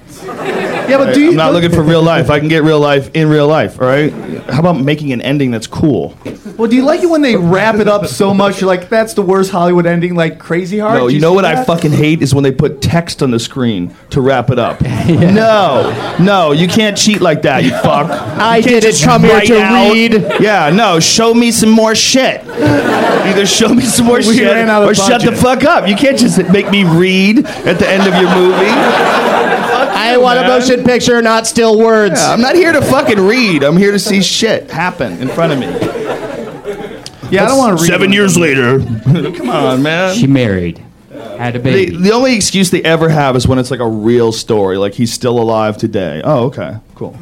H: Yeah, but do you?
F: I'm not looking for real life. I can get real life in real life, all right? How about making an ending that's cool?
H: Well, do you like it when they wrap it up so much? You're like, that's the worst Hollywood ending, like Crazy Heart.
F: No,
H: Did
F: you know
H: see
F: what I
H: that?
F: fucking hate is when they put text on the screen to wrap it up. No, no, you can't cheat like that, you fuck. I
D: didn't come here to read.
F: Yeah, no, show me some more shit. Either show me some more
H: We
F: shit
H: ran out of
F: or shut the
H: budget.
F: fuck up. You can't just make me read at the end of your movie. Fuck
D: I
F: you,
D: want a
F: man.
D: motion picture, not still words.
F: Yeah, I'm not here to fucking read. I'm here to see shit happen in front of me.
H: Yeah, I don't want to read.
F: Seven years later. Come on, man.
G: She married, had a
F: The,
G: baby.
F: the only excuse they ever have is when it's like a real story, like he's still alive today. Oh, okay, cool.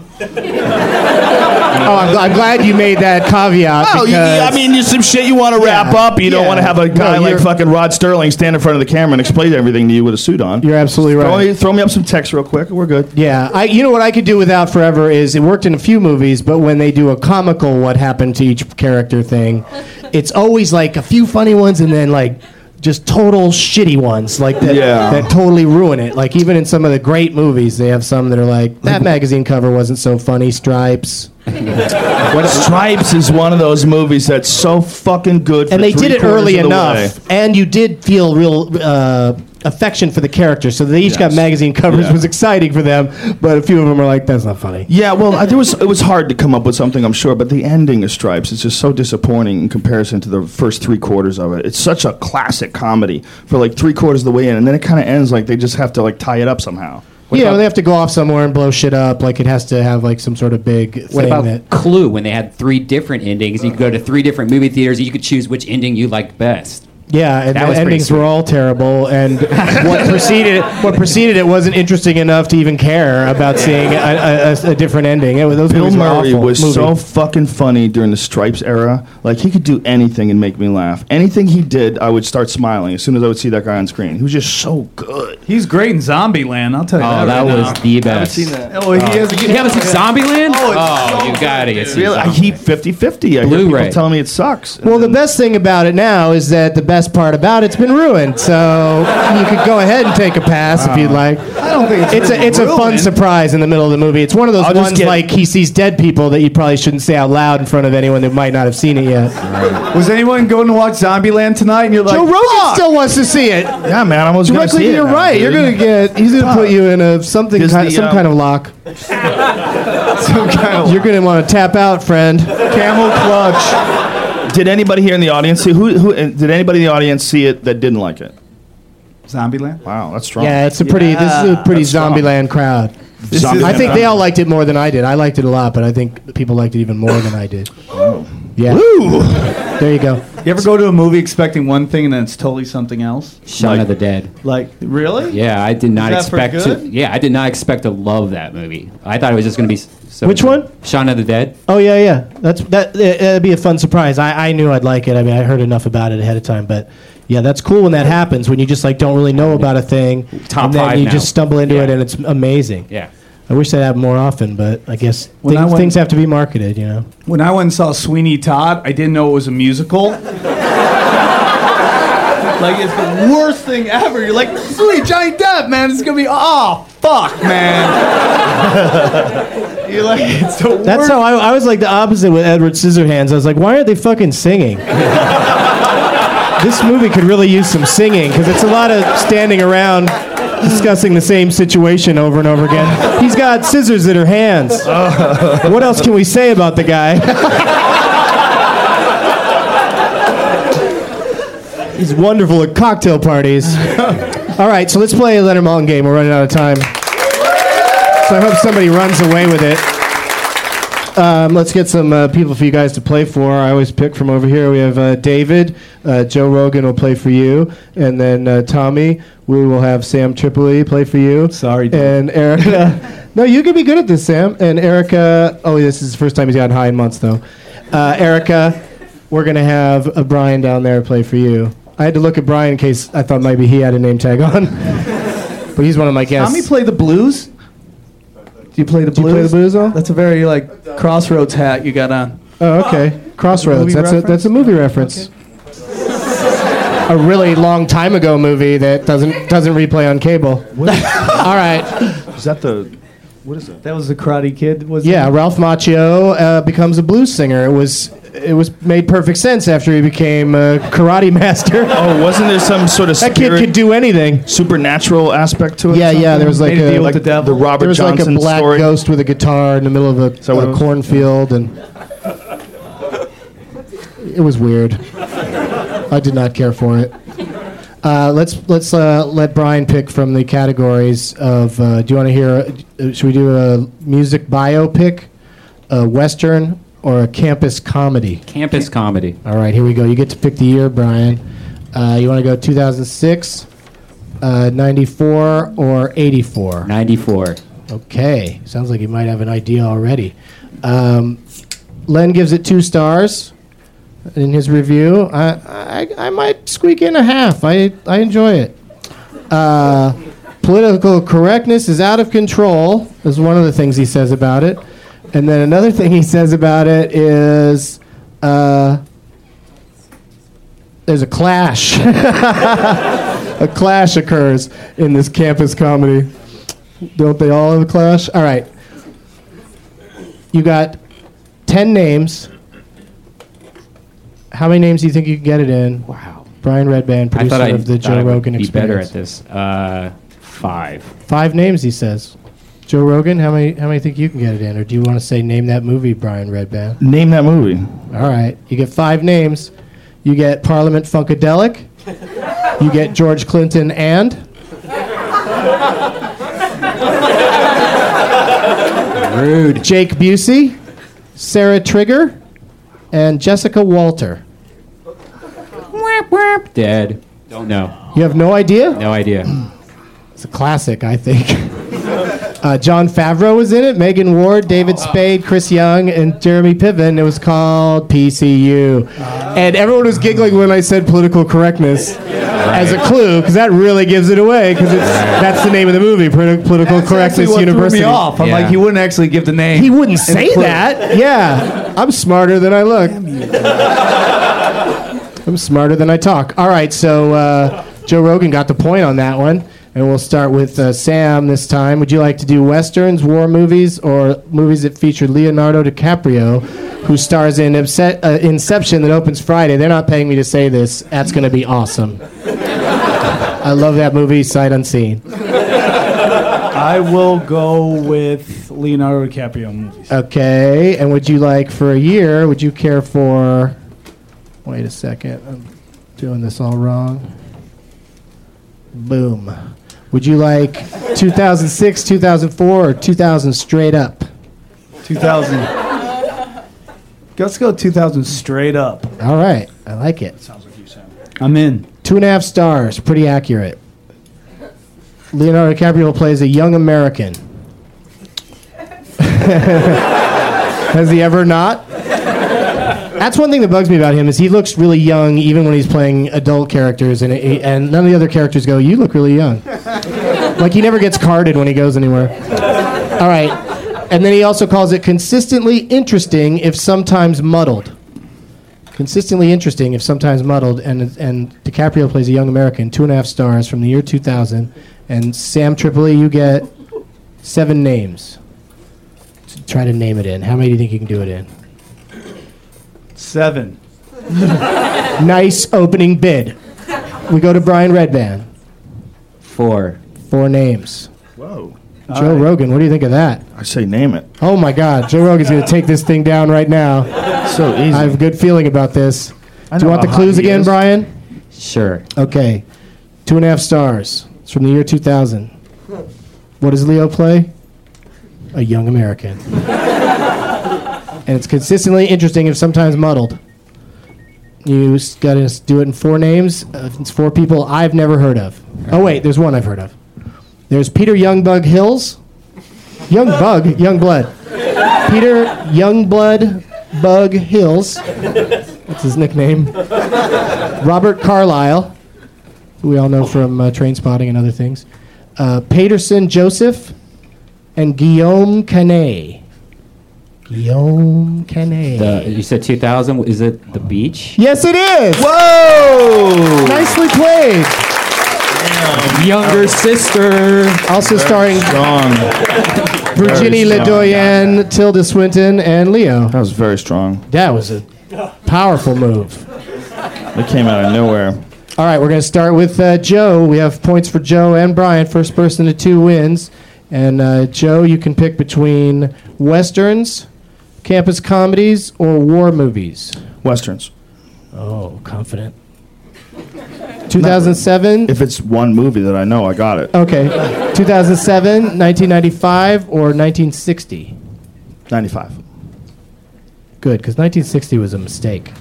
D: Oh, I'm, gl- I'm glad you made that caveat.
F: Oh, you,
D: because-
F: I mean, there's some shit you want to wrap
D: Yeah,
F: up. You don't
D: yeah.
F: want to have a
D: No,
F: guy like
D: you're-
F: fucking Rod Sterling stand in front of the camera and explain everything to you with a suit on.
D: You're absolutely
F: Throw
D: right.
F: me, throw me up some text real quick. We're good.
D: Yeah, I, you know what I could do without forever is it worked in a few movies, but when they do a comical what happened to each character thing, it's always like a few funny ones and then like just total shitty ones like that
F: Yeah.
D: that totally ruin it. Like even in some of the great movies, they have some that are like that
F: Mm-hmm.
D: magazine cover wasn't so funny. Stripes,
F: What Stripes is one of those movies that's so fucking good. For
D: and they
F: three
D: did it
F: quarters
D: early
F: of the way.
D: enough, and you did feel real uh, affection for the characters. So they each got
F: Yes.
D: magazine covers
F: Yeah.
D: was exciting for them, but a few of them are like that's not funny.
F: Yeah, well, I, there was it was hard to come up with something, I'm sure, but the ending of Stripes is just so disappointing in comparison to the first three quarters of it. It's such a classic comedy for like three quarters of the way in, and then it kind of ends like they just have to like tie it up somehow. What
D: yeah,
F: about-
D: well, they have to go off somewhere and blow shit up. Like it has to have like some sort of big thing
G: What about
D: that.
G: Clue when they had three different endings? You could go to three different movie theaters. You could choose which ending you liked best.
D: Yeah, and
G: That
D: the
G: was pretty
D: endings were
G: sweet.
D: all terrible, and what preceded it, what preceded it wasn't interesting enough to even care about seeing a, a, a, a different ending. It, was- those
F: Bill
D: movies were
F: Murray
D: awful.
F: was
D: Movie.
F: so fucking funny during the Stripes era. Like he could do anything and make me laugh. Anything he did, I would start smiling as soon as I would see that guy on screen. He was just so good.
H: He's great in Zombieland. I'll tell you.
G: Oh, that
H: right
G: was
H: now.
G: the best.
H: Oh, he has a
G: You haven't seen Zombieland? Oh, you gotta get see
F: Really, I
G: Zombieland.
F: keep 50-50. I hear
G: Blu-ray.
F: people telling me it sucks.
D: Well, the best thing about it now is that the best part about it's been ruined. So you could go ahead and take a pass if you'd like. I don't think it's a it's a fun surprise in the middle of the movie. It's one of those
F: I'll just
D: ones
F: get-
D: like he sees dead people that you probably shouldn't say out loud in front of anyone that might not have seen it yet.
H: Was anyone going to watch Zombieland tonight? And you're like,
D: Joe Rogan
H: "Fuck!"
D: still wants to see it.
F: yeah, man, I was gonna
D: Directly,
F: see it
D: you're
F: now,
D: right.
F: dude.
D: You're gonna get. He's gonna put you in a something,
F: Does
D: kind,
F: the,
D: some
F: um,
D: kind of lock.
H: some kind of
D: You're gonna want to tap out, friend.
H: camel clutch.
F: Did anybody here in the audience see who? who and did anybody in the audience see it that didn't like it?
H: Zombieland.
F: Wow, that's strong.
D: Yeah, it's a pretty. this is a pretty Zombieland crowd.
F: Zombie
D: I think they
F: Land.
D: all liked it more than I did. I liked it a lot, but I think people liked it even more than I did. Yeah. There you go.
H: You ever go to a movie expecting one thing and then it's totally something else?
G: Shaun of the Dead.
H: Like, really?
G: Yeah, I did not
H: that for
G: expect to.
H: good?
G: Yeah, I did not expect to love that movie. I thought it was just going to be. s- So
D: Which one?
G: Shaun of the Dead.
D: Oh yeah, yeah. That's that. It, it'd be a fun surprise. I, I knew I'd like it. I mean, I heard enough about it ahead of time, but yeah, that's cool when that happens when you just like don't really know about a thing,
G: Top
D: and then
G: five
D: you
G: now.
D: just stumble into
G: Yeah.
D: it and it's amazing.
G: Yeah.
D: I wish that happened more often, but I guess
H: When I
D: things,
H: went-
D: things have to be marketed, you know.
H: When I went and saw Sweeney Todd, I didn't know it was a musical. like it's the worst thing ever. You're like, sweet Johnny Depp, man. It's gonna be oh fuck, man. You're like, it's the worst.
D: That's how I, I was like the opposite with Edward Scissorhands. I was like, why aren't they fucking singing? this movie could really use some singing because it's a lot of standing around discussing the same situation over and over again. He's got scissors in her hands. what else can we say about the guy? He's wonderful at cocktail parties. All right, so let's play a Leonard Maltin game. We're running out of time. So I hope somebody runs away with it. Um, let's get some uh, people for you guys to play for. I always pick from over here. We have uh, David, uh, Joe Rogan will play for you, and then uh, Tommy. We will have Sam Tripoli play for you.
H: Sorry, Dave.
D: And Erica. no, you could be good at this, Sam. And Erica. Oh, this is the first time he's gotten high in months, though. Uh, Erica, we're gonna have uh, Brian down there play for you. I had to look at Brian in case I thought maybe he had a name tag on. But he's one of my guests.
H: Tommy play the blues. Do you play the
D: you
H: blues?
D: play the blues at all?
H: That's a very like crossroads hat you got on.
D: Oh, okay. Crossroads.
H: Movie
D: That's a
H: reference?
D: that's a movie reference. a really long time ago movie that doesn't doesn't replay on cable. all right.
F: Is that the? What is it?
H: That was the Karate Kid. Was
D: Yeah, Ralph Macchio uh, becomes a blues singer. It was it was made perfect sense after he became a karate master.
F: Oh, wasn't there some sort of
D: that kid
F: spirit-
D: could do anything.
F: supernatural aspect to it? or
D: Yeah, yeah,
F: something?
D: there was like
H: Made a
D: a
H: deal with
D: like
H: the devil.
F: the Robert
D: there was like
F: Johnson
D: a black
F: story.
D: ghost with a guitar in the middle of a,
F: that what it
D: a
F: was?
D: cornfield, and it was weird. I did not care for it. Uh, let's let's uh, let Brian pick from the categories of. Uh, do you want to hear? Uh, should we do a music biopic, a western, or a campus comedy?
G: Campus comedy.
D: All right, here we go. You get to pick the year, Brian. Uh, you want to go 2006, uh, 94, or 84?
G: 94.
D: Okay, sounds like you might have an idea already. Um, Len gives it two stars in his review. I, I, I might squeak in a half. I, I enjoy it. Uh, political correctness is out of control, is one of the things he says about it. And then another thing he says about it is uh, there's a clash. a clash occurs in this campus comedy. Don't they all have a clash? All right. You got 10 names. How many names do you think you can get it in?
G: Wow.
D: Brian Redband,
G: I
D: producer
G: thought I'd
D: of the
G: thought
D: Joe
G: I would
D: Rogan
G: be
D: Experience.
G: better at this. Uh, five.
D: Five names, he says. Joe Rogan, how many how many think you can get it in? Or do you want to say name that movie, Brian Redband?
F: Name that movie.
D: All right. You get five names. You get Parliament Funkadelic. you get George Clinton and. Rude. Jake Busey, Sarah Trigger, and Jessica Walter.
G: Dead. Don't know.
D: You have no idea?
G: No idea.
D: It's a classic, I think. uh, John Favreau was in it, Megan Ward, David
H: Oh.
D: Spade, Chris Young, and Jeremy Piven. It was called PCU.
H: Uh.
D: and everyone was giggling when I said political correctness as a clue, because that really gives it away, because that's the name of the movie, Polit- Political
H: Actually,
D: Correctness
H: what
D: University.
H: Threw me off. I'm
G: Yeah.
H: like, he wouldn't actually give the name.
D: He wouldn't
H: and
D: say
H: clue.
D: that. Yeah. I'm smarter than I look. I'm smarter than I talk. All right, so uh, Joe Rogan got the point on that one. And we'll start with uh, Sam this time. Would you like to do westerns, war movies, or movies that feature Leonardo DiCaprio, who stars in Obse- uh, Inception that opens Friday? They're not paying me to say this. That's going to be awesome. I love that movie, sight unseen.
H: I will go with Leonardo DiCaprio movies.
D: Okay, and would you like for a year? Would you care for? Wait a second, I'm doing this all wrong. Boom. Would you like 2006, 2004, or 2000 straight up?
H: 2000. Let's go 2000 straight up.
D: All right, I like it.
H: I'm in.
D: Two and a half stars, pretty accurate. Leonardo DiCaprio plays a young American. Has he ever not? That's one thing that bugs me about him is he looks really young even when he's playing adult characters, and it, and none of the other characters go, "You look really young." like he never gets carded when he goes anywhere. All right, and then he also calls it consistently interesting if sometimes muddled consistently interesting, if sometimes muddled, and and DiCaprio plays a young American, two and a half stars from the year 2000, and Sam Tripoli, you get seven names. S- Try to name it in. How many do you think you can do it in?
H: Seven.
D: Nice opening bid. We go to Brian Redband.
G: Four.
D: Four names.
F: Whoa.
D: Joe Rogan, what do you think of that?
F: I say name it.
D: Oh my God, Joe Rogan's going to take this thing down right now.
F: So easy.
D: I have a good feeling about this. Do you
F: know
D: want the
F: how hot
D: clues
F: he
D: again,
F: is.
D: Brian?
G: Sure.
D: Okay. Two and a half stars. It's from the year 2000. What does Leo play? A young American. and it's consistently interesting if sometimes muddled. You got to do it in four names. Uh, it's four people I've never heard of. Oh, wait, there's one I've heard of. There's Peter Youngbug Hills. Young Bug, Youngblood. Peter Youngblood Bug Hills. That's his nickname. Robert Carlyle, who we all know from uh, Train Spotting and other things. uh, Paterson Joseph and Guillaume Canet. Guillaume Canet.
G: The, you said 2000. Is it the beach?
D: yes, it is.
F: Whoa!
D: Nicely played.
G: Younger sister.
D: Also starring
F: Strong.
D: Virginie
F: Very strong.
D: Ledoyen, Tilda Swinton, and Leo.
F: That was very strong.
D: That was a powerful move.
F: That came out of nowhere.
D: All right, we're going to start with uh, Joe. We have points for Joe and Brian. First person to two wins. And uh, Joe, you can pick between westerns, campus comedies, or war movies.
F: Westerns.
D: Oh, confident. 2007.
F: If it's one movie that I know, I got it.
D: Okay. 2007, 1995, or 1960?
F: 95.
D: Good, because 1960 was a mistake.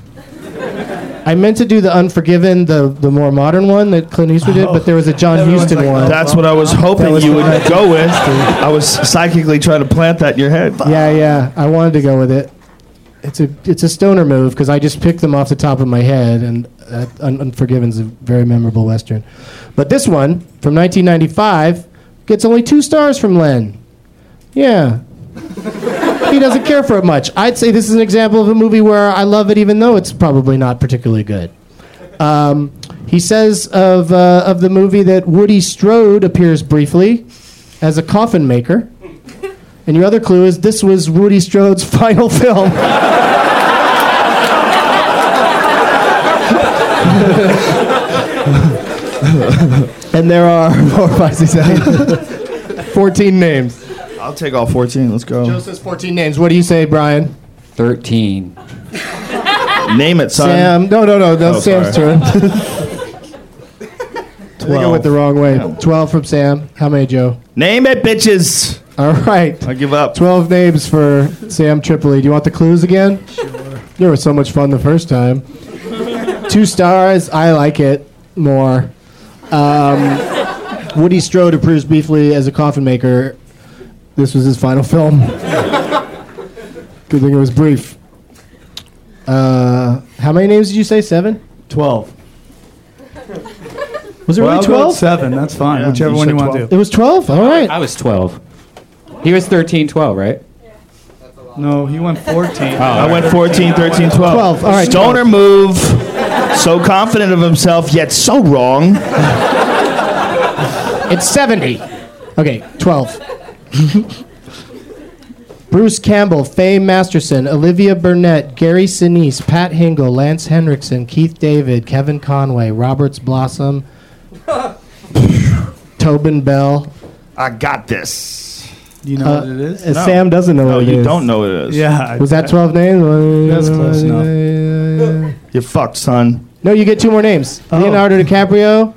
D: I meant to do the Unforgiven, the, the more modern one that Clint Eastwood did, but there was a John Huston one.
F: That's what I was hoping you would go with. I was psychically trying to plant that in your head.
D: yeah, yeah. I wanted to go with it. It's a it's a stoner move because I just picked them off the top of my head, and uh, Un- Unforgiven's a very memorable western. But this one from 1995 gets only two stars from Len. Yeah. he doesn't care for it much. I'd say this is an example of a movie where I love it, even though it's probably not particularly good. Um, he says of uh, of the movie that Woody Strode appears briefly as a coffin maker. And your other clue is this was Rudy Strode's final film. and there are four, five, six, seven, 14 names.
F: I'll take all 14. Let's go.
D: Joe says 14 names. What do you say, Brian?
G: 13.
F: Name it, son.
D: Sam. No, no, no. That's
F: Oh,
D: Sam's
F: sorry.
D: turn. I think I went the wrong way.
F: Yeah.
D: 12 from Sam. How many, Joe?
F: Name it, bitches.
D: All right.
F: I give up.
D: 12 names for Sam Tripoli. Do you want the clues again? Sure. There was so much fun the first time. Two stars. I like it more. Um, Woody Strode appears briefly as a coffin maker. This was his final film. Good thing it was brief. Uh, how many names did you say? Seven?
H: 12.
D: Was it
H: Well, I'll
D: really
H: go with
D: 12?
H: Seven. That's fine.
F: Yeah,
H: Whichever
F: you
H: one
F: said
H: you want to
F: 12.
H: do.
D: It was 12? All right.
G: I was 12. He was 13, 12, right?
H: No, he went 14.
F: I went 14, 13, 12.
D: 12, all right,
F: Stoner move. So confident of himself, yet so wrong.
D: It's 70. Okay, 12. Bruce Campbell, Faye Masterson, Olivia Burnett, Gary Sinise, Pat Hingle, Lance Henriksen, Keith David, Kevin Conway, Roberts Blossom, Tobin Bell.
F: I got this.
H: you know what it is?
D: Uh, Sam doesn't know
F: No,
D: what it
F: you
D: is.
F: don't know what it is.
H: yeah.
D: Was that 12 names?
H: That's close
D: enough.
F: You fucked, son.
D: No, you get two more names Leonardo DiCaprio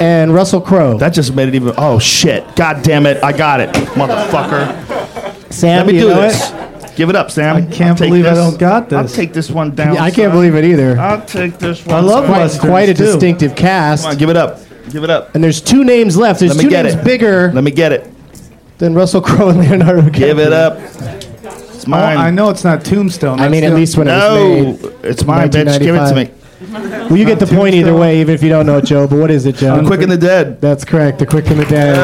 D: and Russell Crowe.
F: Oh. That just made it even. Oh shit! God damn it! I got it, motherfucker.
D: Sam,
F: Let me
D: you
F: do
D: know
F: this.
D: it?
F: Give it up, Sam.
H: I can't
F: I'll take
H: believe I
F: this.
H: don't got this.
F: I'll take this one down.
D: Yeah, I can't
F: son.
D: believe it either.
F: I'll take this one.
H: I love
F: son.
D: quite,
H: Westerns,
D: quite a
H: too.
D: distinctive cast.
F: Come on, give it up. Give it up.
D: and there's two names left. There's
F: Let me
D: two
F: get
D: names
F: it.
D: bigger
F: Let me get it.
D: than Russell Crowe and Leonardo DiCaprio.
F: Give it up. It's
H: Oh,
F: mine.
H: I know it's not Tombstone.
D: I
H: That's
D: mean, at
H: the-
D: least when it
F: No,
D: was
F: it's mine, bitch. Give it to me.
D: 1995. made. Well, you get the point either
H: Tombstone.
D: way, even if you don't know it, Joe. But what is it, Joe?
F: Quick and the dead.
D: That's correct. The Quick and the Dead.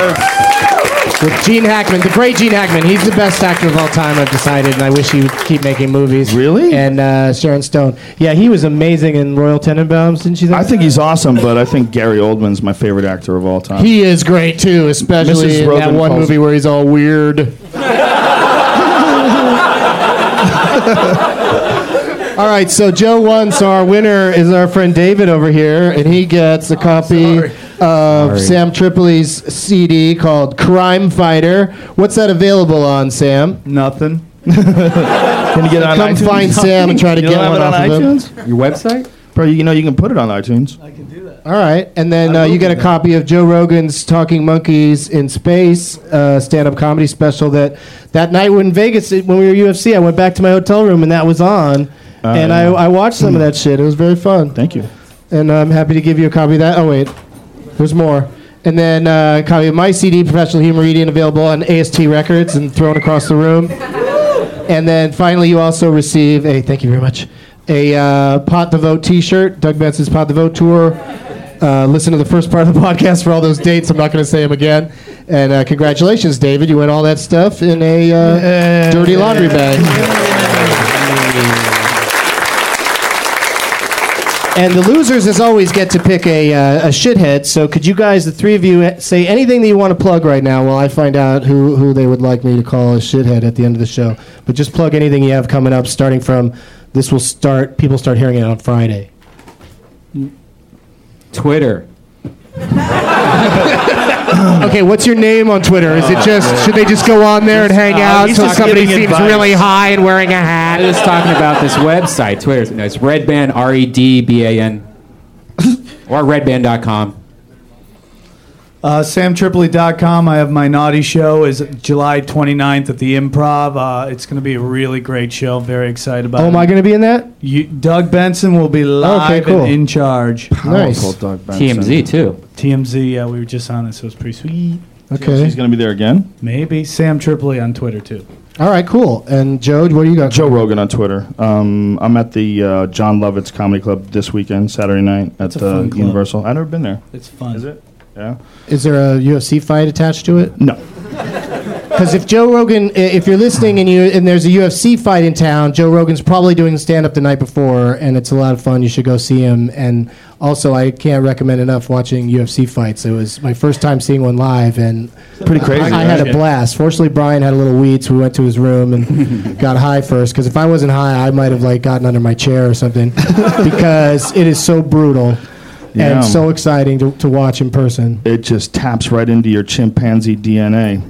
D: With Gene Hackman, the great Gene Hackman. He's the best actor of all time, I've decided, and I wish he would keep making movies.
F: Really?
D: And uh, Sharon Stone. Yeah, he was amazing in Royal Tenenbaums, didn't you think?
F: I think he's awesome, but I think Gary Oldman's my favorite actor of all time.
D: He is great too,
F: Mrs.
D: especially in that
F: Rogen
D: one
F: calls-
D: movie where he's all weird. all right, so Joe won, so our winner is our friend David over here, and he gets a copy of Sam Tripoli's CD called Crime Fighter. What's that available on, Sam?
H: Nothing.
F: Can you get it on
D: Come
F: iTunes?
D: find Sam and try to
F: You
D: get
F: don't have
D: one
F: it on
D: off of him.
F: iTunes?
G: Your website?
F: Bro, you know you can put it on iTunes.
D: All right, and then uh, you get a copy of Joe Rogan's Talking Monkeys in Space uh, stand-up comedy special that that night when Vegas when we were UFC, I went back to my hotel room and that was on, and I, I watched some of that shit. It was very fun,
F: Thank you.
D: and uh, I'm happy to give you a copy of that. Oh wait, there's more. And then uh, a copy of my CD, Professional Humor Eating, available on AST Records and thrown across the room. And then finally, you also receive a thank you very much a uh, pot the vote T-shirt, Doug Benson's pot the vote tour. Uh, listen to the first part of the podcast for all those dates. I'm not going to say them again. And uh, congratulations, David. You win all that stuff in a uh, dirty laundry bag. And the losers, as always, get to pick a, uh, a shithead. So, could you guys, the three of you, eh, say anything that you want to plug right now while I find out who, who they would like me to call a shithead at the end of the show? But just plug anything you have coming up, starting from this will start, people start hearing it on Friday.
G: Twitter.
D: Okay, what's your name on Twitter? Is it just, should they just go on there and hang
F: Uh,
D: out
F: he's
D: till
F: Uh, just
D: somebody
F: giving
D: seems
F: advice.
D: really high and wearing a hat?
G: I was talking about this website, Twitter. No, it's Redband, R E D B A N, or redband.com.
H: Uh, SamTripoli.com. I have my naughty show is July 29th at the Improv. Uh, it's going to be a really great show. I'm very excited about
D: Oh,
H: it.
D: am I going to be in that?
H: You, Doug Benson will be live
D: cool.
H: and in charge.
F: Oh,
D: Nice.
G: TMZ, too.
H: TMZ, yeah, we were just on it, so it's pretty sweet.
D: Okay.
F: He's going to be there again.
H: Maybe Sam Tripoli on Twitter too.
D: All right, cool. And Joe, what do you got?
F: Joe Rogan on Twitter. Um, I'm at the uh, John Lovitz Comedy Club this weekend, Saturday night at
H: a
F: the
H: fun club.
F: Universal. I've never been there.
H: It's fun.
F: Is it? Yeah.
D: Is there a UFC fight attached to it?
F: No.
D: Because if Joe Rogan, i- if you're listening and you and there's a UFC fight in town, Joe Rogan's probably doing stand up the night before, and it's a lot of fun. You should go see him. And also, I can't recommend enough watching UFC fights. It was my first time seeing one live, and
F: Pretty crazy.
D: I, I had a blast. Fortunately, Brian had a little weed, so we went to his room and got high first. Because if I wasn't high, I might have like gotten under my chair or something. because it is so brutal
F: Yeah.
D: and so exciting to, to watch in person.
F: It just taps right into your chimpanzee DNA.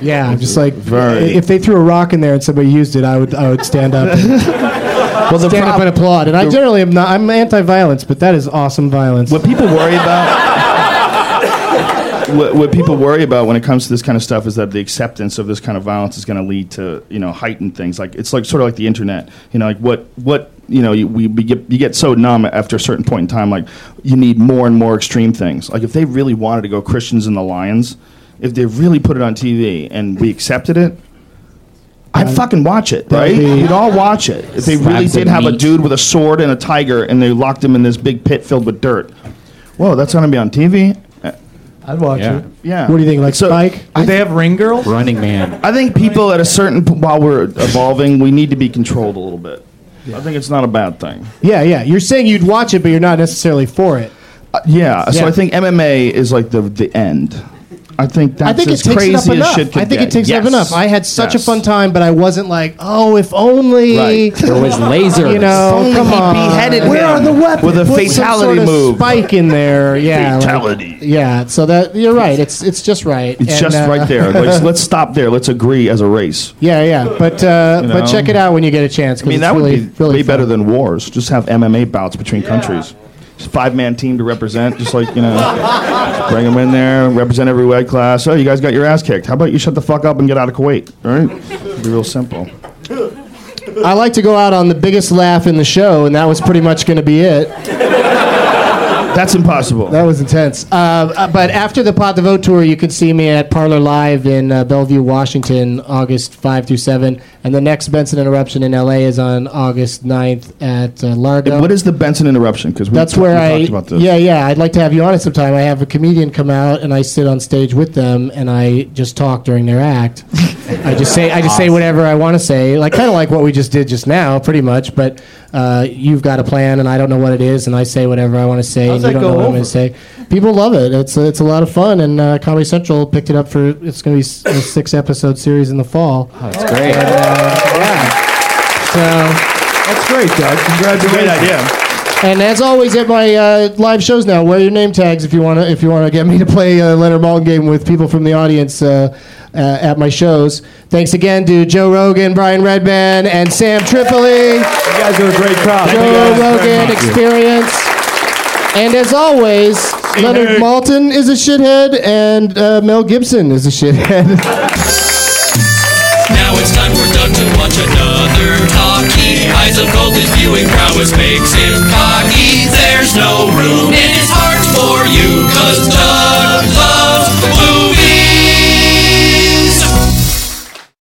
D: Yeah, I'm just like
F: Very.
D: if they threw a rock in there and somebody used it, I would I would stand up, and,
F: Well, the
D: stand up and applaud. And I generally am not. I'm anti-violence, but that is awesome violence.
F: what people worry about what, what people worry about when it comes to this kind of stuff is that the acceptance of this kind of violence is going to lead to you know heightened things like it's like sort of like the internet you know like what what you know you, we, we get, you get so numb after a certain point in time like you need more and more extreme things like if they really wanted to go christians and the lions if they really put it on tv and we accepted it I'd fucking watch it, right?
D: be-
F: We'd all watch it. If they really
G: Slabs of
F: did have a
G: meat.
F: dude with a sword and a tiger and they locked him in this big pit filled with dirt, Whoa, that's gonna be on TV. Uh,
H: I'd watch
G: Yeah.
H: it.
F: yeah.
D: What do you think, like Spike?
H: Do they have ring girls?
G: Running Man.
F: I think people at a certain p- while we're evolving, we need to be controlled a little bit. I think it's not a bad thing.
D: Yeah, yeah. You're saying you'd watch it, but you're not necessarily for it.
F: Uh, yeah, So
D: Yeah.
F: I think MMA is like the the end. I think that's
D: I think it
F: as
D: takes
F: crazy
D: it up
F: as
D: enough.
F: shit could
D: I think
F: get.
D: it takes it up
F: Yes.
D: enough. I had such
F: Yes.
D: a fun time, but I wasn't like, oh, if only.
F: Right.
G: There was lasers.
D: You know,
F: Only
D: Oh, come
F: he
D: on.
F: beheaded him with a
D: Put some
F: fatality
D: sort of
F: move.
D: Spike in there, yeah. like-
F: Fatality.
D: yeah, so that you're right. It's it's just right.
F: It's
D: And,
F: just
D: uh,
F: right there. Let's, let's stop there. Let's agree as a race.
D: Yeah, yeah, but uh,
F: You
D: but
F: know?
D: check it out when you get a chance. 'cause
F: I mean,
D: it's
F: that
D: really,
F: would be
D: really
F: way better
D: fun.
F: than wars. Just have MMA bouts between countries. Five man team to represent, just like, you know, just bring them in there, represent every weight class. Oh, you guys got your ass kicked. How about you shut the fuck up and get out of Kuwait? All right? It'd be real simple.
D: I like to go out on the biggest laugh in the show, and that was pretty much going to be it.
F: That's impossible.
D: That was intense. Uh, Uh, but after the Pot the Vote tour, you can see me at Parlor Live in uh, Bellevue, Washington, August 5 through 7. And the next Benson Interruption in LA is on August 9th at uh, Largo.
F: what is the Benson interruption? Because
D: That's where
F: we
D: I.
F: talked about this.
D: Yeah, yeah. I'd like to have you on it sometime. I have a comedian come out and I sit on stage with them and I just talk during their act. I just say I just say whatever I want to say, like kind of like what we just did just now, pretty much. But uh, you've got a plan and I don't know what it is, and I say whatever I want to say, and
H: that
D: you don't know
H: go
D: what I'm going
H: over?
D: to say. People love it. It's it's a lot of fun, and uh, Comedy Central picked it up for it's going to be s- a six episode series in the fall.
G: That's great.
D: So.
H: That's great, Doug. Congratulations.
F: Great idea.
D: And as always, at my uh, live shows now, wear your name tags if you want to. If you want to get me to play a Leonard Maltin game with people from the audience uh, uh, at my shows. Thanks again to Joe Rogan, Brian Redman, and Sam Tripoli.
H: You guys are a great crowd.
D: Joe Rogan Experience. And as always, Leonard Maltin is a shithead, and uh, Mel Gibson is a shithead.
C: Now it's time for Doug to watch another talkie. Eyes of gold, his viewing prowess makes him cocky. There's no room